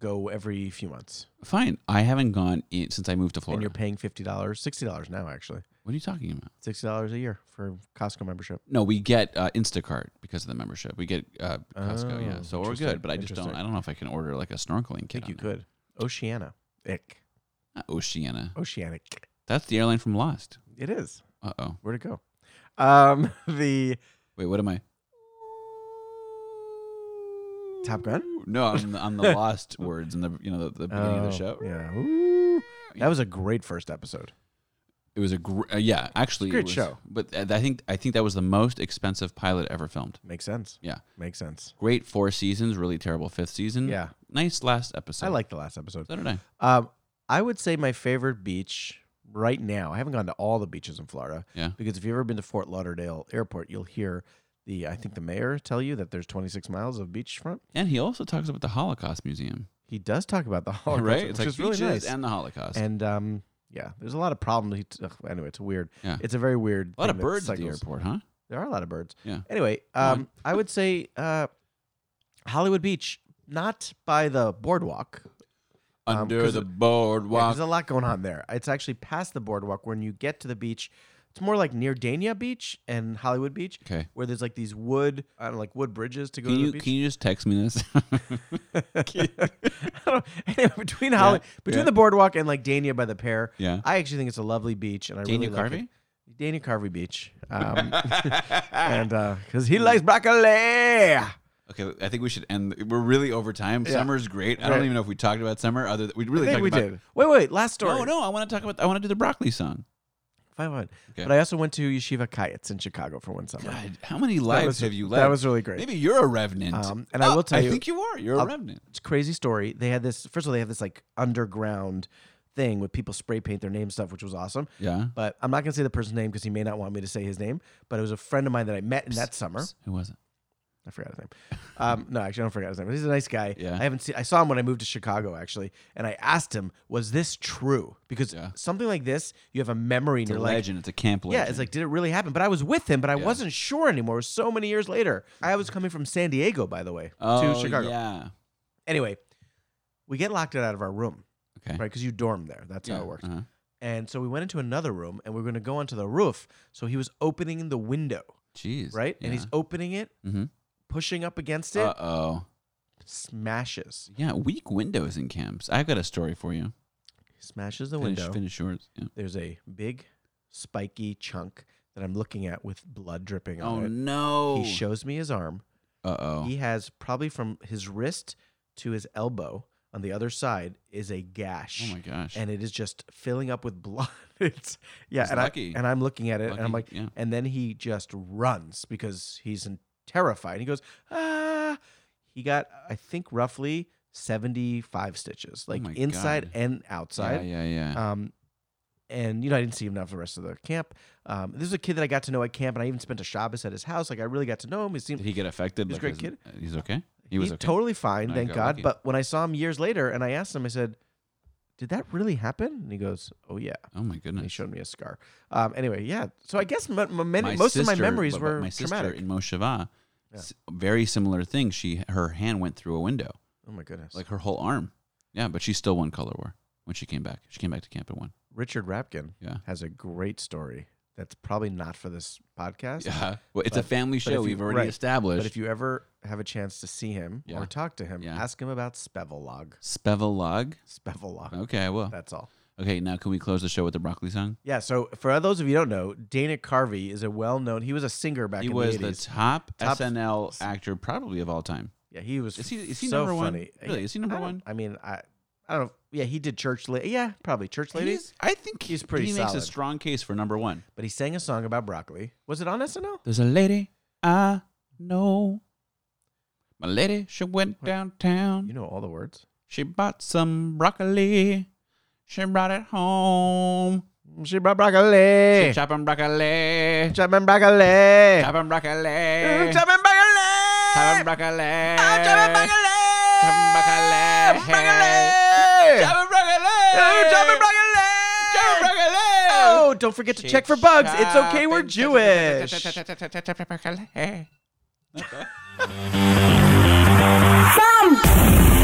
Speaker 2: go every few months,
Speaker 4: Fine. I haven't gone in, since I moved to
Speaker 2: and
Speaker 4: Florida.
Speaker 2: you're paying fifty dollars, sixty dollars now actually.
Speaker 4: What are you talking about?
Speaker 2: sixty dollars a year for Costco membership.
Speaker 4: No, we get uh, Instacart because of the membership. We get uh, Costco, yeah.
Speaker 2: Oh,
Speaker 4: So we're
Speaker 2: interesting,
Speaker 4: good. But I just don't.
Speaker 2: interesting.
Speaker 4: I don't know if I can order like a snorkeling
Speaker 2: I
Speaker 4: kit.
Speaker 2: think you
Speaker 4: on
Speaker 2: could. Oceana. Ick.
Speaker 4: that. Not Oceana.
Speaker 2: Oceanic.
Speaker 4: That's the airline from Lost.
Speaker 2: It is.
Speaker 4: Uh oh.
Speaker 2: Where'd it go? Um, [LAUGHS] the
Speaker 4: Wait, what am I?
Speaker 2: Top Gun.
Speaker 4: No, I'm,
Speaker 2: [LAUGHS]
Speaker 4: I'm the Lost words in the you know the, the beginning of the show.
Speaker 2: Oh, Yeah. Ooh. That was a great first episode.
Speaker 4: It was a gr- uh, yeah, actually it
Speaker 2: Great
Speaker 4: was-
Speaker 2: show.
Speaker 4: But uh, I think I think that was the most expensive pilot ever filmed.
Speaker 2: Makes sense.
Speaker 4: Yeah.
Speaker 2: Makes sense.
Speaker 4: Great four seasons, really terrible fifth season.
Speaker 2: Yeah.
Speaker 4: Nice last episode.
Speaker 2: I like the last episode.
Speaker 4: So did I.
Speaker 2: Um, I would say my favorite beach right now. I haven't gone to all the beaches in Florida.
Speaker 4: Yeah.
Speaker 2: Because if you've ever been to Fort Lauderdale Airport, you'll hear the I think the mayor tell you that there's 26 miles of beachfront.
Speaker 4: And he also talks about the Holocaust Museum, [LAUGHS]
Speaker 2: He does talk about the Holocaust,
Speaker 4: right?
Speaker 2: which
Speaker 4: It's like
Speaker 2: is really
Speaker 4: beaches
Speaker 2: nice.
Speaker 4: and the Holocaust.
Speaker 2: and um, yeah, there's a lot of problems. He- ugh, Anyway, it's weird.
Speaker 4: Yeah.
Speaker 2: It's a very weird.
Speaker 4: a lot of
Speaker 2: thing that
Speaker 4: birds at the
Speaker 2: cycles.
Speaker 4: airport, huh?
Speaker 2: There are a lot of birds.
Speaker 4: Yeah.
Speaker 2: Anyway,
Speaker 4: on.
Speaker 2: um, I would say uh, Hollywood Beach, not by the boardwalk. Um,
Speaker 4: Under
Speaker 2: 'cause
Speaker 4: the
Speaker 2: it- Yeah,
Speaker 4: boardwalk.
Speaker 2: there's a lot going on there. It's actually past the boardwalk when you get to the beach. It's more like near Dania Beach and Hollywood Beach,
Speaker 4: okay.
Speaker 2: where there's like these wood, I don't know, like wood bridges to go
Speaker 4: Can
Speaker 2: to
Speaker 4: you
Speaker 2: the beach.
Speaker 4: can you just text me this?
Speaker 2: [LAUGHS]
Speaker 4: [LAUGHS]
Speaker 2: I don't- anyway, between Holly, between
Speaker 4: yeah.
Speaker 2: the boardwalk and like Dania by the pair,
Speaker 4: Yeah.
Speaker 2: I actually think it's a lovely beach, and I
Speaker 4: Dania
Speaker 2: really like
Speaker 4: Carvey?
Speaker 2: it. Dania Carvey
Speaker 4: [LAUGHS]
Speaker 2: Beach, um, and because he likes
Speaker 4: Mm.
Speaker 2: broccoli.
Speaker 4: okay, I think we should end. We're really over time. Summer's great. I don't
Speaker 2: Right.
Speaker 4: even know if we talked about summer. Other than, we really
Speaker 2: I think
Speaker 4: talked
Speaker 2: we
Speaker 4: about.
Speaker 2: did. Wait, wait, last story.
Speaker 4: No, no. I want to talk about. I want to do the broccoli song.
Speaker 2: Five one.
Speaker 4: Okay.
Speaker 2: But I also went to Yeshiva Kayets in Chicago for one summer.
Speaker 4: God, how many lives
Speaker 2: was-
Speaker 4: have you
Speaker 2: that
Speaker 4: led?
Speaker 2: was really great.
Speaker 4: Maybe you're a revenant. Oh,
Speaker 2: Um, and I will tell
Speaker 4: I
Speaker 2: you-
Speaker 4: think you are. You're a
Speaker 2: I'll-
Speaker 4: revenant.
Speaker 2: It's a crazy story. They had this. First of all, they have this like underground thing with people spray paint their name stuff, which was awesome.
Speaker 4: Yeah.
Speaker 2: But I'm not gonna say the person's name because he may not want me to say his name. But it was a friend of mine that I met in that summer.
Speaker 4: Who was it?
Speaker 2: I forgot his name. Um, no, actually, I don't forget his name. But he's a nice guy.
Speaker 4: Yeah.
Speaker 2: I haven't seen. I saw him when I moved to Chicago, actually, and I asked him, "Was this true?" Because
Speaker 4: Yeah.
Speaker 2: something like this, you have a memory.
Speaker 4: It's
Speaker 2: and
Speaker 4: a
Speaker 2: you're like,
Speaker 4: legend. It's a camp legend.
Speaker 2: yeah, it's like, did it really happen? But I was with him, but I wasn't sure anymore. It was so many years later. I was coming from San Diego, by the way,
Speaker 4: oh,
Speaker 2: to Chicago.
Speaker 4: Yeah.
Speaker 2: Anyway, we get locked out of our room,
Speaker 4: Okay.
Speaker 2: right? Because you dorm there. That's how
Speaker 4: Yeah,
Speaker 2: it worked.
Speaker 4: uh-huh.
Speaker 2: And so we went into another room, and we are going to go onto the roof. So he was opening the window,
Speaker 4: Jeez.
Speaker 2: right? And
Speaker 4: Yeah.
Speaker 2: he's opening it,
Speaker 4: Mhm.
Speaker 2: pushing up against it,
Speaker 4: Uh oh.
Speaker 2: smashes,
Speaker 4: Yeah. Weak windows in camps. I've got a story for you.
Speaker 2: smashes the
Speaker 4: Finish,
Speaker 2: window.
Speaker 4: finish yours. Yeah.
Speaker 2: There's a big, spiky chunk that I'm looking at with blood dripping
Speaker 4: Oh
Speaker 2: on it.
Speaker 4: no.
Speaker 2: He shows me his arm.
Speaker 4: uh oh.
Speaker 2: He has probably from his wrist to his elbow on the other side is a gash.
Speaker 4: Oh my gosh.
Speaker 2: And it is just filling up with [LAUGHS] blood. It's yeah,
Speaker 4: He's
Speaker 2: and
Speaker 4: lucky.
Speaker 2: I and I'm looking at it and I'm like
Speaker 4: Lucky, yeah.
Speaker 2: and then he just runs because he's in, terrified. He goes, "Ah." He got I think roughly 75 stitches, like
Speaker 4: Oh my
Speaker 2: inside
Speaker 4: God.
Speaker 2: and outside.
Speaker 4: Yeah. Yeah. Yeah.
Speaker 2: Um, and you know, I didn't see him now for the rest of the camp. Um, this is a kid that I got to know at camp, and I even spent a Shabbos at his house. Like I really got to know him. He seemed
Speaker 4: Did he get affected?
Speaker 2: he's a
Speaker 4: Like,
Speaker 2: great
Speaker 4: as-
Speaker 2: kid.
Speaker 4: uh, He's okay. He was
Speaker 2: he's
Speaker 4: okay.
Speaker 2: totally fine,
Speaker 4: No, he
Speaker 2: thank
Speaker 4: got
Speaker 2: God.
Speaker 4: lucky.
Speaker 2: But when I saw him years later, and I asked him, I said, "Did that really happen?" And he goes, "Oh yeah."
Speaker 4: Oh my
Speaker 2: And
Speaker 4: goodness.
Speaker 2: he showed me a scar. Um, anyway, yeah. So I guess m- m- many,
Speaker 4: My
Speaker 2: most of
Speaker 4: sister-
Speaker 2: my memories
Speaker 4: but- but
Speaker 2: were
Speaker 4: my sister
Speaker 2: traumatic.
Speaker 4: in Mosheva. s- Very similar thing. She her hand went through a window,
Speaker 2: oh my goodness!
Speaker 4: like her whole arm. Yeah, but she still won color war when she came back. She came back to camp
Speaker 2: [LAUGHS]
Speaker 4: and won.
Speaker 2: Richard Rapkin
Speaker 4: Yeah.
Speaker 2: has a great story that's probably not for this podcast.
Speaker 4: Yeah. Well, it's a
Speaker 2: But-
Speaker 4: family
Speaker 2: but
Speaker 4: show.
Speaker 2: if you-
Speaker 4: We've already
Speaker 2: right.
Speaker 4: established.
Speaker 2: But if you ever have a chance to see him
Speaker 4: Yeah.
Speaker 2: or talk to him,
Speaker 4: Yeah.
Speaker 2: ask him about Spevelog.
Speaker 4: Spevelog.
Speaker 2: Spevelog.
Speaker 4: Okay, I will.
Speaker 2: That's all.
Speaker 4: Okay, now can we close the show with the broccoli song?
Speaker 2: Yeah. So for those of you who don't know, Dana Carvey is a well-known. He was a singer back
Speaker 4: He
Speaker 2: in
Speaker 4: was
Speaker 2: the
Speaker 4: the
Speaker 2: 80s.
Speaker 4: top,
Speaker 2: Top-
Speaker 4: SNL actor probably of all time.
Speaker 2: yeah, he was.
Speaker 4: Is he- is he
Speaker 2: so
Speaker 4: number one?
Speaker 2: funny.
Speaker 4: Really, is he number
Speaker 2: I don't-
Speaker 4: one?
Speaker 2: I mean, I, I don't know. Yeah, he did Church Lady. Yeah, probably Church Lady.
Speaker 4: He's- I think
Speaker 2: He's
Speaker 4: he-
Speaker 2: pretty
Speaker 4: He makes a
Speaker 2: solid.
Speaker 4: strong case for number one.
Speaker 2: But he sang a song about broccoli. Was it on SNL?
Speaker 4: There's a lady I know. My lady, she went downtown.
Speaker 2: You know all the words.
Speaker 4: She bought some broccoli. She brought it home.
Speaker 2: She brought broccoli.
Speaker 4: She chopping broccoli.
Speaker 2: Chopping broccoli.
Speaker 4: Chopping broccoli.
Speaker 2: Chopping
Speaker 4: Chopping
Speaker 2: broccoli.
Speaker 4: broccoli. Ah,
Speaker 2: Chopping
Speaker 4: Chopping broccoli.
Speaker 2: broccoli.
Speaker 4: Chopping broccoli.
Speaker 2: Chopping
Speaker 4: Chopping
Speaker 2: broccoli.
Speaker 4: broccoli.
Speaker 2: Oh, don't forget to check for bugs. It's okay, we're Jewish.
Speaker 4: Jewish.
Speaker 6: Bum!